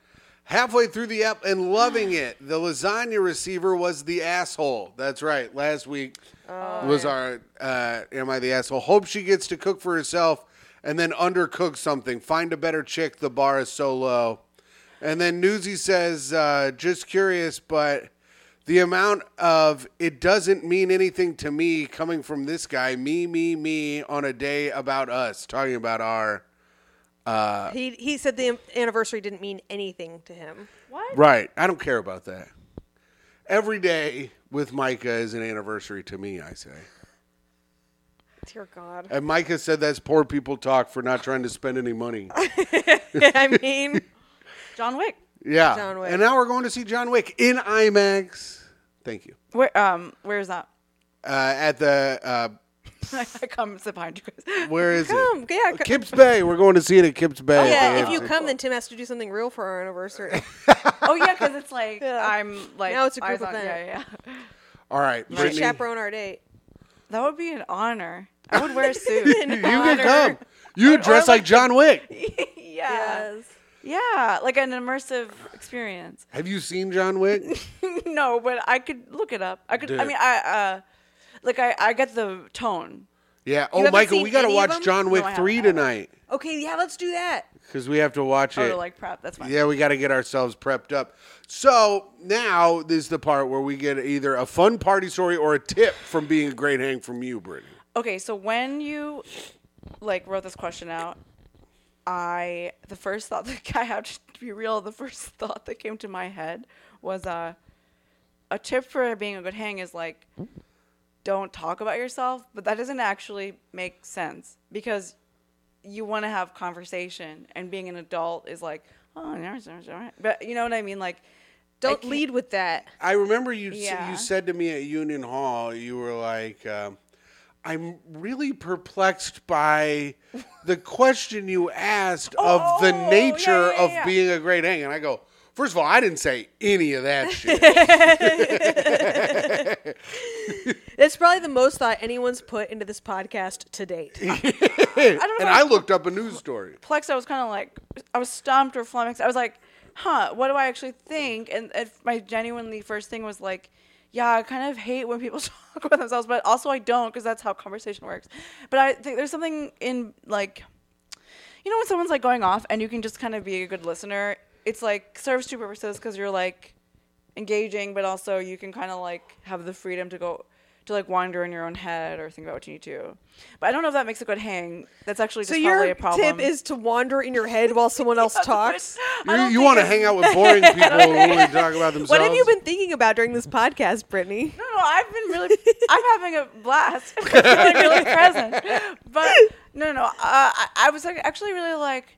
Speaker 1: Halfway through the app and loving it. The lasagna receiver was the asshole. That's right. Last week was our uh, Am I the Asshole? Hope she gets to cook for herself and then undercook something. Find a better chick. The bar is so low. And then Newsy says, uh, just curious, but the amount of it doesn't mean anything to me coming from this guy, me, me, me, on a day about us, talking about our. Uh,
Speaker 2: he he said the anniversary didn't mean anything to him.
Speaker 3: what?
Speaker 1: Right. I don't care about that. Every day with Micah is an anniversary to me, I say.
Speaker 2: Dear God.
Speaker 1: And Micah said that's poor people talk for not trying to spend any money.
Speaker 2: I mean,
Speaker 3: John Wick.
Speaker 1: Yeah.
Speaker 2: John Wick.
Speaker 1: And now we're going to see John Wick in IMAX. Thank you.
Speaker 3: Where um where is that?
Speaker 1: Uh, at the uh,
Speaker 3: I come sit behind you guys.
Speaker 1: where is
Speaker 2: Come,
Speaker 1: it?
Speaker 2: yeah, co-
Speaker 1: Kips Bay. We're going to see it at Kips Bay. at
Speaker 2: yeah.
Speaker 1: the
Speaker 2: If you
Speaker 1: AMC.
Speaker 2: come, then Tim has to do something real for our anniversary.
Speaker 3: Oh yeah, because it's like
Speaker 2: Yeah.
Speaker 3: I'm like
Speaker 2: Now it's a
Speaker 3: eyes
Speaker 2: group
Speaker 3: on-
Speaker 2: event.
Speaker 3: Yeah, yeah.
Speaker 1: All right,
Speaker 2: Should
Speaker 1: Brittany,
Speaker 2: chaperone our date.
Speaker 3: That would be an honor. I would wear a suit.
Speaker 1: you can come. You dress like John Wick.
Speaker 3: yeah. Yeah, like an immersive experience.
Speaker 1: Have you seen John Wick?
Speaker 3: no, but I could look it up. I could. I
Speaker 1: Dude.
Speaker 3: mean, I uh, like I I get the tone.
Speaker 1: Yeah. Oh,
Speaker 2: haven't
Speaker 1: Michael,
Speaker 2: seen
Speaker 1: we got to
Speaker 2: any
Speaker 1: watch
Speaker 2: of them?
Speaker 1: John Wick
Speaker 3: No, I haven't.
Speaker 1: 3 tonight
Speaker 2: Okay, yeah, let's do that.
Speaker 1: because we have to watch
Speaker 3: Oh,
Speaker 1: it.
Speaker 3: to, like prep. That's fine.
Speaker 1: Yeah, we got to get ourselves prepped up. So now is the part where we get either a fun party story or a tip from being a great hang from you, Brittany.
Speaker 3: Okay, so when you like wrote this question out, I the first thought that I have to be real. The first thought that came to my head was uh, a tip for being a good hang is like don't talk about yourself, but that doesn't actually make sense because you want to have conversation, and being an adult is like oh, yeah, yeah, yeah." but you know what I mean, like.
Speaker 2: Don't
Speaker 3: can't-
Speaker 2: lead with that.
Speaker 1: I remember you s-
Speaker 3: Yeah.
Speaker 1: you said to me at Union Hall, you were like, um, "I'm really perplexed by the question you asked of the
Speaker 3: oh, yeah,
Speaker 1: nature
Speaker 3: yeah,
Speaker 1: of
Speaker 3: yeah.
Speaker 1: being a great hang." And I go, first of all, I didn't say any of that shit."
Speaker 2: It's probably the most thought anyone's put into this podcast to date.
Speaker 1: and I looked up a news story.
Speaker 3: perplexed. I was kind of like, I was stumped or flummoxed. I was like, huh, what do I actually think? And if my genuinely first thing was like, yeah, I kind of hate when people talk about themselves, but also I don't because that's how conversation works. But I think there's something in like, you you know when someone's like going off and you can just kind of be a good listener. It's like serves two purposes because you're like engaging, but also you can kind of like have the freedom to go to like wander in your own head or think about what you need to. But I don't know if that makes a good hang. That's actually just
Speaker 2: So
Speaker 3: probably
Speaker 2: your
Speaker 3: a problem.
Speaker 2: tip is to wander in your head while someone else talks.
Speaker 1: You, you want to hang out with boring people who only talk about themselves.
Speaker 2: What have you been thinking about during this podcast, Brittany?
Speaker 3: No, no, I've been really, I'm having a blast. I'm feeling really present. But no, no, uh, I, I was like, actually really like,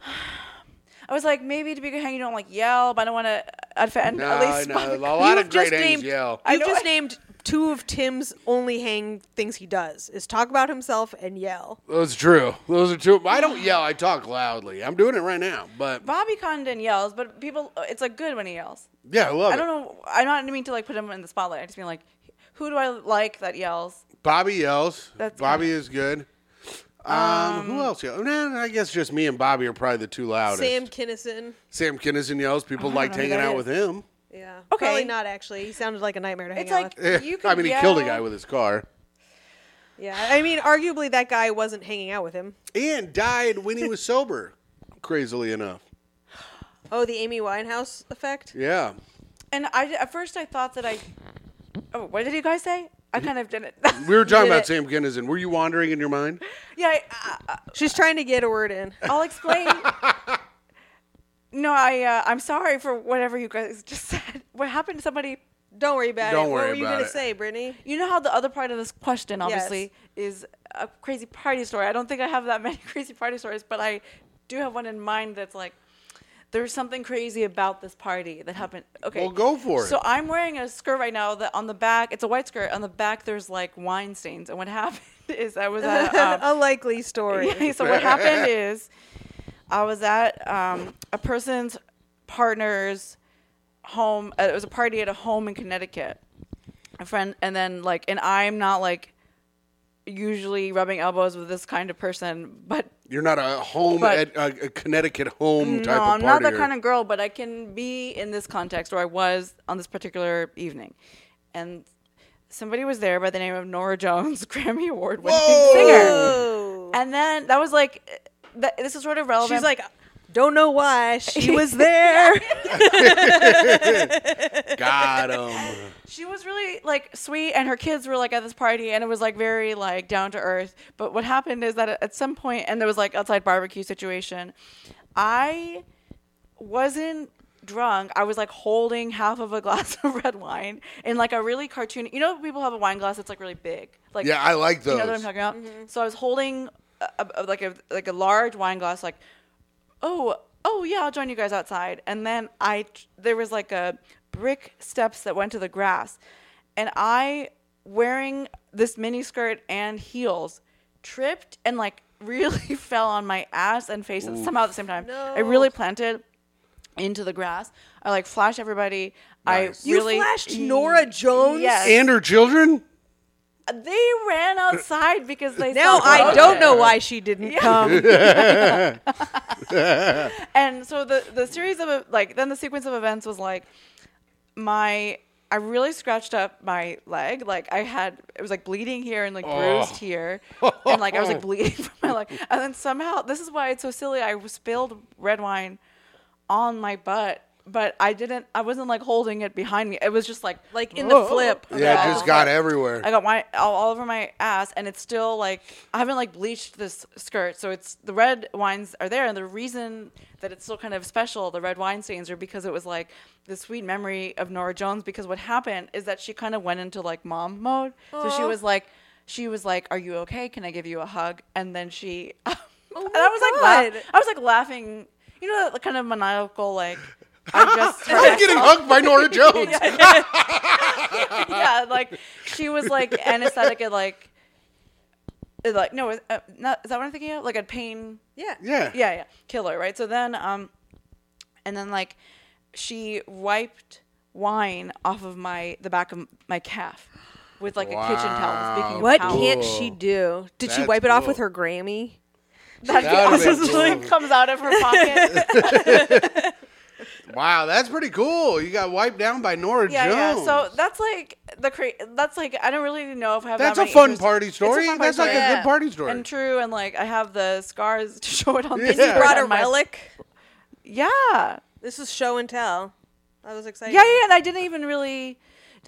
Speaker 3: I was like, maybe to be a good hang, you don't like yell, but I don't want to offend
Speaker 1: No,
Speaker 3: at least.
Speaker 1: no,
Speaker 3: one-
Speaker 1: a lot
Speaker 2: You've
Speaker 1: of great
Speaker 2: just
Speaker 1: names
Speaker 2: named-
Speaker 1: yell.
Speaker 3: I
Speaker 2: You've
Speaker 3: know,
Speaker 2: just
Speaker 3: I-
Speaker 2: named two of Tim's only hang things he does is talk about himself and yell.
Speaker 1: That's true. Those are two. I don't yell. I talk loudly. I'm doing it right now. But
Speaker 3: Bobby Condon yells, but people, it's like good when he yells.
Speaker 1: yeah, I love
Speaker 3: I
Speaker 1: it.
Speaker 3: don't know, I don't mean to like put him in the spotlight. I just mean like, who do I like that yells?
Speaker 1: Bobby yells.
Speaker 3: That's
Speaker 1: Bobby is good. Um, who else yells? Nah, I guess just me and Bobby are probably the two loudest.
Speaker 2: Sam Kinnison.
Speaker 1: Sam Kinison yells. People
Speaker 3: Oh, don't
Speaker 1: liked
Speaker 3: know who
Speaker 1: hanging
Speaker 3: that
Speaker 1: out
Speaker 3: is.
Speaker 1: with him.
Speaker 2: Yeah.
Speaker 3: Okay.
Speaker 2: Probably not actually. He sounded like a nightmare to hang
Speaker 3: It's
Speaker 2: out
Speaker 3: like,
Speaker 2: with.
Speaker 1: Eh,
Speaker 3: you can
Speaker 1: I mean, he killed a
Speaker 3: yell.
Speaker 1: guy with his car
Speaker 2: Yeah. I mean, arguably that guy wasn't hanging out with him.
Speaker 1: and died when he was sober. Crazily enough.
Speaker 2: Oh, the Amy Winehouse effect.
Speaker 1: Yeah.
Speaker 3: And I, at first I thought that I, oh, what did you guys say? I kind of didn't.
Speaker 1: We were talking
Speaker 3: did
Speaker 1: about
Speaker 3: it.
Speaker 1: Sam Kinison. Were you wandering in your mind?
Speaker 3: Yeah, I, I,
Speaker 2: She's trying to get a word in.
Speaker 3: I'll explain. no, I uh, I'm sorry for whatever you guys just said. What happened to somebody?
Speaker 2: Don't worry about
Speaker 1: Don't
Speaker 2: it.
Speaker 1: worry
Speaker 2: what were you
Speaker 1: about
Speaker 2: gonna
Speaker 1: it.
Speaker 2: say, Brittany?
Speaker 3: You know how the other part of this question obviously is a crazy party story. I don't think I have that many crazy party stories, but I do have one in mind that's like there's something crazy about this party that happened. Okay.
Speaker 1: Well, go for it.
Speaker 3: So I'm wearing a skirt right now that on the back, it's a white skirt. On the back there's like wine stains. And what happened is I was at um,
Speaker 2: a likely story.
Speaker 3: Yeah, so what happened is I was at um, a person's partner's home. Uh, it was a party at a home in Connecticut. A friend, and then like, and I'm not like usually rubbing elbows with this kind of person, but
Speaker 1: You're not a home at
Speaker 3: But-
Speaker 1: a, a Connecticut home type
Speaker 3: no,
Speaker 1: of
Speaker 3: I'm not that
Speaker 1: partier.
Speaker 3: kind of girl, but I can be in this context where I was on this particular evening. And somebody was there by the name of Nora Jones, Grammy Award winning
Speaker 1: Whoa!
Speaker 3: singer.
Speaker 2: Oh.
Speaker 3: And then that was like, uh, th- this is sort of relevant.
Speaker 2: She's like, don't know why she was there.
Speaker 1: Oh, Got him.
Speaker 3: she was really like sweet and her kids were like at this party and it was like very like down to earth but what happened is that at some point and there was like outside barbecue situation i wasn't drunk i was like holding half of a glass of red wine in like a really cartoon you know people have a wine glass that's like really big like
Speaker 1: Yeah, I like those.
Speaker 3: you know what I'm talking about?
Speaker 2: Mm-hmm.
Speaker 3: So I was holding a, a- like a like a large wine glass, like, oh, oh yeah, I'll join you guys outside. And then I there was like a brick steps that went to the grass, and I wearing this mini skirt and heels, tripped and like really fell on my ass and face and somehow at the same time. I really planted into the grass. I like flashed everybody.
Speaker 1: Nice.
Speaker 3: I
Speaker 2: You
Speaker 3: really e
Speaker 2: flashed Nora Jones?
Speaker 3: Yes.
Speaker 1: And her children?
Speaker 3: they ran outside because they
Speaker 2: now
Speaker 3: saw
Speaker 2: I
Speaker 3: her.
Speaker 2: don't know why she didn't come.
Speaker 3: and so the the series of like then the sequence of events was like my I really scratched up my leg. Like I had it was like bleeding here and like
Speaker 1: Oh.
Speaker 3: bruised here. And like I was like bleeding from my leg. And then somehow this is why it's so silly. I spilled red wine on my butt, but I didn't I wasn't like holding it behind me. It was just like
Speaker 2: Like in the flip.
Speaker 1: Yeah,
Speaker 3: Yeah.
Speaker 1: it just got everywhere.
Speaker 3: I got wine all, all over my ass, and it's still like I haven't like bleached this skirt, so it's the red wines are there, and the reason that it's still kind of special, the red wine stains, are because it was like the sweet memory of Nora Jones. Because what happened is that she kind of went into like mom mode, so she was like, she was like, "Are you okay? Can I give you a hug?" And then she,
Speaker 1: Oh
Speaker 3: and I was like,
Speaker 2: God.
Speaker 3: laugh, I was like laughing, you know, that kind of maniacal like. I just
Speaker 1: I'm getting hugged by Nora Jones.
Speaker 3: yeah, like she was like anesthetic and like, it, like no, is, uh, not, is that what I'm thinking of? Like a pain,
Speaker 2: yeah.
Speaker 1: Yeah.
Speaker 3: yeah, yeah, killer, right? So then, um, and then like she wiped wine off of my the back of my calf with like a kitchen towel. Speaking
Speaker 1: Wow.
Speaker 3: of
Speaker 2: What
Speaker 3: towels.
Speaker 2: can't she do? Did she
Speaker 1: That's
Speaker 2: wipe it off
Speaker 1: cool.
Speaker 2: with her Grammy?
Speaker 3: that
Speaker 1: That would've
Speaker 3: also
Speaker 1: been
Speaker 3: just, like,
Speaker 1: cool.
Speaker 3: comes out of her pocket.
Speaker 1: Wow, that's pretty cool. You got wiped down by Nora
Speaker 3: Yeah, yeah.
Speaker 1: Jones.
Speaker 3: So that's like the cra- that's like I don't really know if I have.
Speaker 1: That's
Speaker 3: that
Speaker 1: a
Speaker 3: many
Speaker 1: fun
Speaker 3: interest-
Speaker 1: party
Speaker 3: It's a
Speaker 1: story.
Speaker 3: fun
Speaker 1: That's like a
Speaker 3: story.
Speaker 1: good party story.
Speaker 3: And true, and like I have the scars to show it on.
Speaker 1: Yeah.
Speaker 3: This
Speaker 1: You
Speaker 2: Brought a
Speaker 3: on my-
Speaker 2: relic.
Speaker 3: Yeah, yeah,
Speaker 2: This is show and tell. I was excited.
Speaker 3: yeah. And I didn't even really.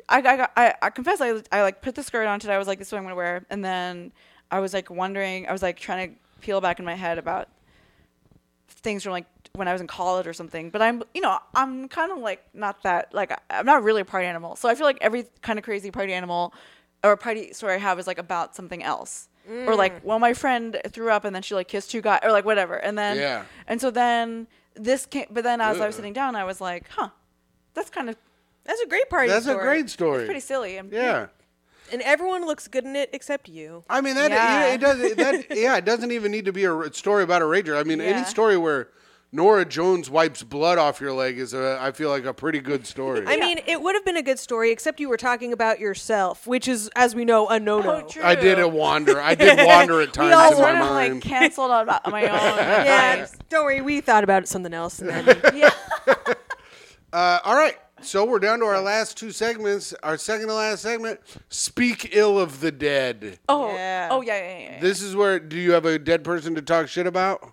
Speaker 3: I I got- I, I confess I I like put the skirt on today. I was like, this is what I'm gonna wear, and then I was like wondering. I was like trying to peel back in my head about things from like when I was in college or something. But I'm, you know, I'm kind of like not that like I- I'm not really a party animal. So I feel like every kind of crazy party animal or party story I have is like about something else. Or
Speaker 1: Mm.
Speaker 3: like, well, my friend threw up and then she like kissed two guys or like whatever. And then
Speaker 1: Yeah.
Speaker 3: and so then this came, but then as I was
Speaker 1: Ugh.
Speaker 3: sitting down, I was like, huh, that's kind of
Speaker 2: That's a great party
Speaker 1: that's
Speaker 2: story.
Speaker 1: a great story.
Speaker 3: pretty silly. And
Speaker 1: yeah.
Speaker 2: And everyone looks good in it except you.
Speaker 1: I mean that
Speaker 3: Yeah.
Speaker 1: yeah. it does that yeah it doesn't even need to be a r- story about a rager. I mean
Speaker 3: Yeah.
Speaker 1: any story where Nora Jones wipes blood off your leg is a, I feel like a pretty good story.
Speaker 2: I mean, it would have been a good story except you were talking about yourself, which is, as we know, a no-no.
Speaker 3: Oh, true.
Speaker 1: I did a wander. I did wander at times
Speaker 2: all
Speaker 3: I
Speaker 1: in my
Speaker 3: sort of like
Speaker 1: mind.
Speaker 3: canceled on my on my own.
Speaker 2: Yeah,
Speaker 3: yeah.
Speaker 2: don't worry. We thought about it something else. And then,
Speaker 3: yeah.
Speaker 1: uh, all right, so we're down to our last two segments. Our second to last segment: speak ill of the dead.
Speaker 3: Oh.
Speaker 2: Yeah.
Speaker 3: Oh yeah. Yeah. yeah, yeah.
Speaker 1: This is where do you have a dead person to talk shit about?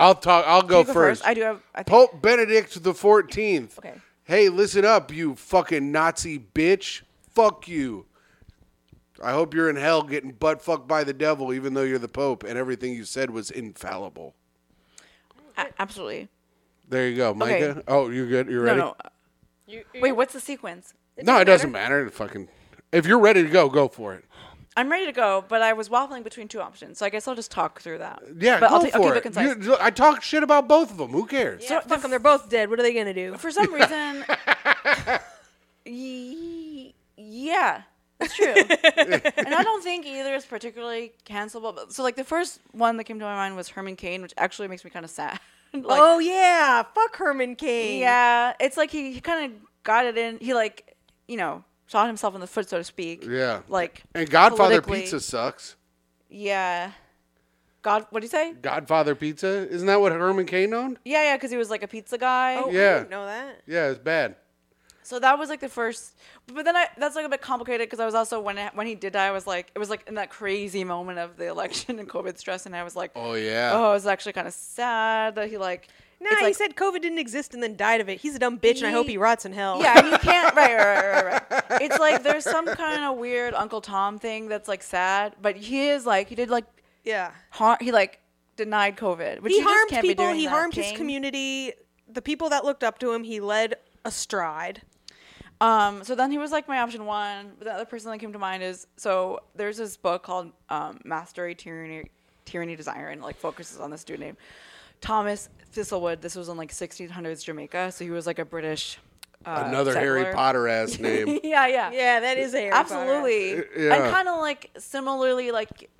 Speaker 1: I'll talk. I'll go,
Speaker 3: You go first. I do have. I think,
Speaker 1: Pope Benedict the Fourteenth.
Speaker 3: Okay.
Speaker 1: Hey, listen up, you fucking Nazi bitch. Fuck you. I hope you're in hell getting butt fucked by the devil, even though you're the Pope and everything you said was infallible.
Speaker 3: a- absolutely.
Speaker 1: There you go, Micah.
Speaker 3: Okay.
Speaker 1: Oh, you're good. You're ready.
Speaker 3: No, no. Wait, what's the sequence?
Speaker 1: No, it doesn't matter. Fucking, if you're ready to go, go for it.
Speaker 3: I'm ready to go, but I was waffling between two options, so I guess I'll just talk through that.
Speaker 1: Yeah,
Speaker 3: but
Speaker 1: go
Speaker 3: I'll ta- I'll
Speaker 1: for
Speaker 3: keep it
Speaker 1: it.
Speaker 3: concise.
Speaker 1: You- I talk shit about both of them. Who cares?
Speaker 2: yeah, fuck them. They're both dead. What are they gonna do?
Speaker 3: For some reason, y- yeah, that's true. and I don't think either is particularly cancelable. But, so, like, the first one that came to my mind was Herman Cain, which actually makes me kind of sad. like,
Speaker 2: oh yeah, fuck Herman Cain.
Speaker 3: yeah, it's like he, he kind of got it in. He like, you know, shot himself in the foot, so to speak.
Speaker 1: Yeah.
Speaker 3: Like,
Speaker 1: And Godfather
Speaker 3: politically-
Speaker 1: Pizza sucks.
Speaker 3: Yeah. God, what do you say?
Speaker 1: Godfather Pizza? Isn't that what Herman Cain owned?
Speaker 3: Yeah, yeah, because he was like a pizza guy.
Speaker 2: Oh, I
Speaker 1: Yeah.
Speaker 2: didn't know that.
Speaker 1: Yeah, it's bad.
Speaker 3: So that was like the first, but then I that's like a bit complicated because I was also when it, when he did die, I was like it was like in that crazy moment of the election and COVID stress, and I was like,
Speaker 1: Oh, yeah.
Speaker 3: oh, it's actually kind of sad that he like.
Speaker 2: Nah,
Speaker 3: it's
Speaker 2: he
Speaker 3: like-
Speaker 2: said COVID didn't exist and then died of it. He's a dumb bitch, and I hope he
Speaker 3: Ye-
Speaker 2: rots in hell.
Speaker 3: Yeah, and you can't. Right, right, right, right, right. It's like there's some kind of weird Uncle Tom thing that's like sad, but he is like he did like
Speaker 2: yeah.
Speaker 3: har- he like denied COVID, which
Speaker 2: He
Speaker 3: you just
Speaker 2: harmed
Speaker 3: can't be
Speaker 2: people.
Speaker 3: doing
Speaker 2: He
Speaker 3: that,
Speaker 2: harmed his
Speaker 3: King.
Speaker 2: community. The people that looked up to him, he led astride.
Speaker 3: Um, so then he was like my option one. But the other person that came to mind is so there's this book called um, Mastery Tyranny Tyranny Desire and it, like focuses on this dude named Thomas Thistlewood. This was in like 1600s Jamaica, so he was like a British uh,
Speaker 1: Another Harry
Speaker 3: settler.
Speaker 1: Potter ass name.
Speaker 3: yeah, yeah,
Speaker 2: Yeah, that is a Harry Potter.
Speaker 3: absolutely.
Speaker 1: Yeah.
Speaker 3: And kind of like similarly, like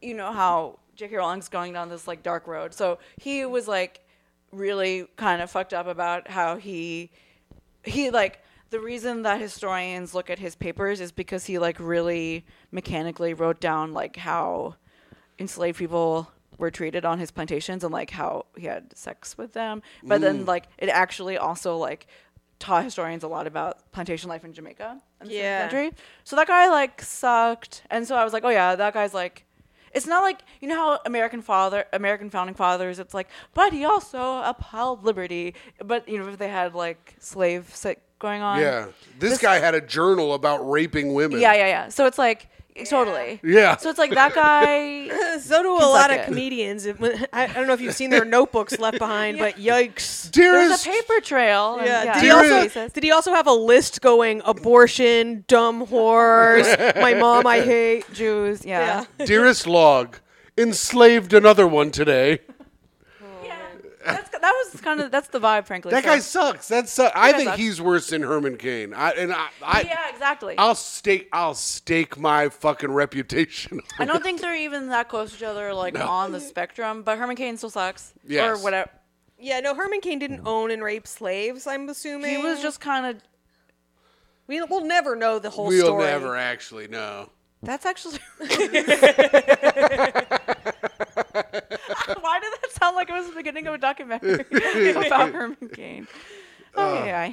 Speaker 3: you know how J.K. Rowling's going down this like dark road. So he was like really kind of fucked up about how he he like the reason that historians look at his papers is because he like really mechanically wrote down like how enslaved people were treated on his plantations and like how he had sex with them but then like it actually also like taught historians a lot about plantation life in jamaica in the 16th
Speaker 2: Yeah.
Speaker 3: century. so that guy like sucked and so i was like oh yeah that guy's like it's not like you know how American father, American founding fathers. It's like, but he also upheld liberty. But you know, if they had like slave sick going on,
Speaker 1: Yeah. This, guy had a journal about raping women.
Speaker 3: yeah, yeah, yeah. So it's like totally,
Speaker 1: Yeah.
Speaker 3: So it's like that guy.
Speaker 2: So do a
Speaker 3: Can
Speaker 2: lot
Speaker 3: suck
Speaker 2: of
Speaker 3: it.
Speaker 2: comedians. It- I I don't know if you've seen their notebooks left behind, but yikes.
Speaker 3: There's
Speaker 1: Dearest,
Speaker 3: a paper trail. and-
Speaker 2: Yeah. Did,
Speaker 1: Dear-
Speaker 2: he also,
Speaker 3: racist.
Speaker 2: did he also have a list going abortion, dumb horse, my mom I hate?
Speaker 3: Jews? Yeah.
Speaker 1: dearest log, enslaved another one today.
Speaker 3: That's, that was kind of that's the vibe, frankly.
Speaker 1: That
Speaker 3: So-
Speaker 1: guy sucks. That sucks. I think
Speaker 3: sucks.
Speaker 1: he's worse than Herman Cain. I and I, I
Speaker 3: Yeah, exactly.
Speaker 1: I'll stake I'll stake my fucking reputation.
Speaker 3: I don't think they're even that close to each other, like on the spectrum. But Herman Cain still sucks.
Speaker 1: Yes.
Speaker 3: Or whatever.
Speaker 2: Yeah, no, Herman Cain didn't own and rape slaves, I'm assuming.
Speaker 3: He was just kind of.
Speaker 2: We, we'll never know the whole
Speaker 1: we'll
Speaker 2: story.
Speaker 1: never actually know.
Speaker 3: That's actually. Why did that sound like it was the beginning of a documentary about Herman Cain. Oh, yeah.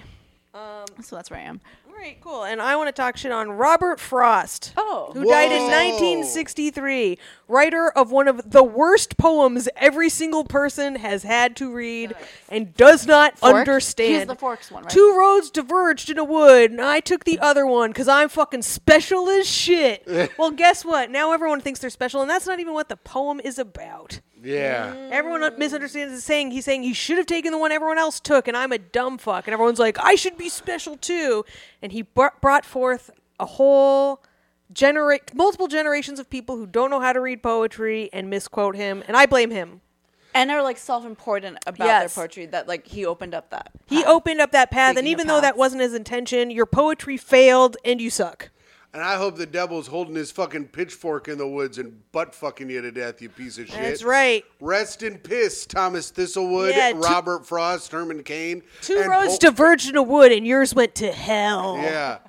Speaker 3: so that's where I am.
Speaker 2: All right, cool. And I want to talk shit on Robert Frost.
Speaker 3: Oh.
Speaker 2: Who died in
Speaker 1: Whoa.
Speaker 2: 1963. Writer of one of the worst poems every single person has had to read and does not
Speaker 3: Forks?
Speaker 2: understand.
Speaker 3: He's the Forks one, right?
Speaker 2: Two roads diverged in a wood, and I took the other one because I'm fucking special as shit. well, guess what? Now everyone thinks they're special, and that's not even what the poem is about. Mm-hmm.
Speaker 1: Yeah.
Speaker 2: Everyone misunderstands his saying. He's saying he should have taken the one everyone else took, and I'm a dumb fuck. And everyone's like, I should be special too. And he br- brought forth a whole generate multiple generations of people who don't know how to read poetry and misquote him, and I blame him.
Speaker 3: And are like self important about
Speaker 2: Yes.
Speaker 3: their poetry that like he opened up that.
Speaker 2: He
Speaker 3: path.
Speaker 2: opened up that path, and
Speaker 3: Speaking of
Speaker 2: even though that
Speaker 3: paths.
Speaker 2: wasn't his intention, your poetry failed and you suck.
Speaker 1: And I hope the devil's holding his fucking pitchfork in the woods and butt fucking you to death, you piece of shit.
Speaker 2: That's right.
Speaker 1: Rest in piss, Thomas Thistlewood,
Speaker 2: Yeah, two-
Speaker 1: Robert Frost, Herman Cain.
Speaker 2: Two
Speaker 1: and
Speaker 2: roads
Speaker 1: Pol-
Speaker 2: diverged in a wood, and yours went to hell.
Speaker 1: Yeah.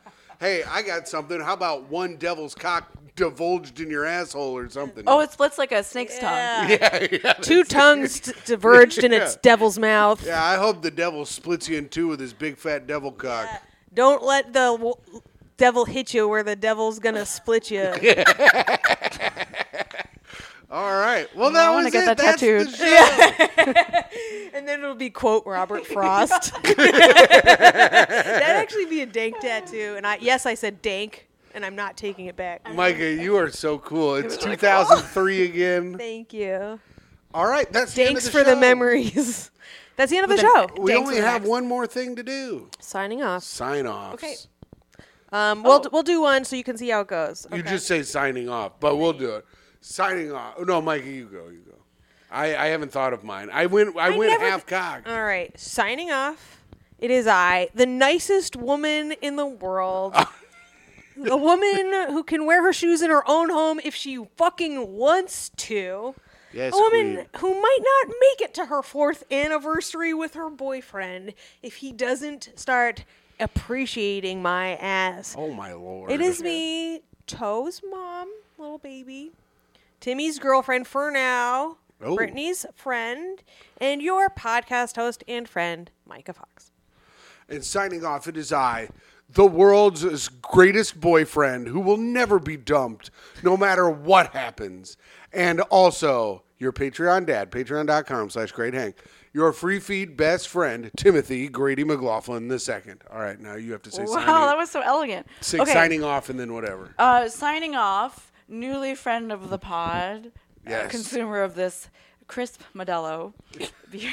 Speaker 1: Hey, I got something. How about one devil's cock divulged in your asshole or something?
Speaker 3: Oh, it splits like a snake's tongue.
Speaker 2: Yeah. Two tongues d- diverged in its
Speaker 1: Yeah.
Speaker 2: devil's mouth.
Speaker 1: yeah. I hope the devil splits you in two with his big fat devil cock.
Speaker 2: Don't let the w- devil hit you where the devil's gonna split you.
Speaker 1: All right. Well,
Speaker 3: I
Speaker 1: that
Speaker 3: wanna
Speaker 1: was
Speaker 3: get
Speaker 1: it.
Speaker 3: that
Speaker 1: That's
Speaker 3: tattooed.
Speaker 1: The show.
Speaker 2: and then it'll be quote Robert Frost. That'd actually be a dank tattoo. And I yes, I said dank, and I'm not taking it back.
Speaker 1: Micah, you are so cool. It's 2003 again.
Speaker 2: Thank you.
Speaker 1: All right, that's the end of
Speaker 2: Thanks for the
Speaker 1: show. Oh,
Speaker 2: memories. That's the end of the
Speaker 3: With an-
Speaker 2: show.
Speaker 1: We
Speaker 2: Danks
Speaker 1: only
Speaker 2: with an
Speaker 1: have
Speaker 2: X.
Speaker 1: one more thing to do.
Speaker 2: signing off.
Speaker 1: Sign off.
Speaker 2: Okay. Um, we'll
Speaker 3: Oh.
Speaker 2: d- we'll do one so you can see how it goes.
Speaker 1: You
Speaker 2: Okay.
Speaker 1: just say signing off, but we'll do it. Signing off. No, Micah, you go. You go. I, I haven't thought of mine. I went. I, went
Speaker 2: never-
Speaker 1: half cocked.
Speaker 2: All right, signing off. It is I, the nicest woman in the world. the woman who can wear her shoes in her own home if she fucking wants to.
Speaker 1: Yes,
Speaker 2: a woman
Speaker 1: queen.
Speaker 2: who might not make it to her fourth anniversary with her boyfriend if he doesn't start appreciating my ass.
Speaker 1: oh my lord!
Speaker 2: It is me, Toe's mom, little baby, Timmy's girlfriend for now,
Speaker 1: Oh.
Speaker 2: Brittany's friend, and your podcast host and friend, Micah Fox.
Speaker 1: And signing off, it is I, the world's greatest boyfriend who will never be dumped, no matter what happens. And also, your Patreon dad, patreon.com slash great hang. Your free feed best friend, Timothy Grady McLaughlin the second. All right, now you have to say, signing,
Speaker 3: Wow, that was so elegant.
Speaker 1: say
Speaker 3: okay.
Speaker 1: signing off and then whatever.
Speaker 3: Uh, signing off, newly friend of the pod, uh,
Speaker 1: Yes.
Speaker 3: consumer of this crisp Modelo. beer.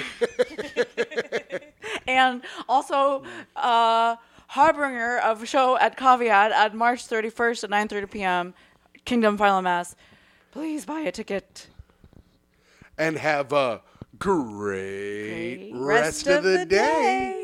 Speaker 3: and also uh, harbinger of show at Caveat at March 31st at 9.30 p.m. Kingdom Final Mass. Please buy a ticket.
Speaker 1: And have a great,
Speaker 3: Great
Speaker 1: rest, of, the day.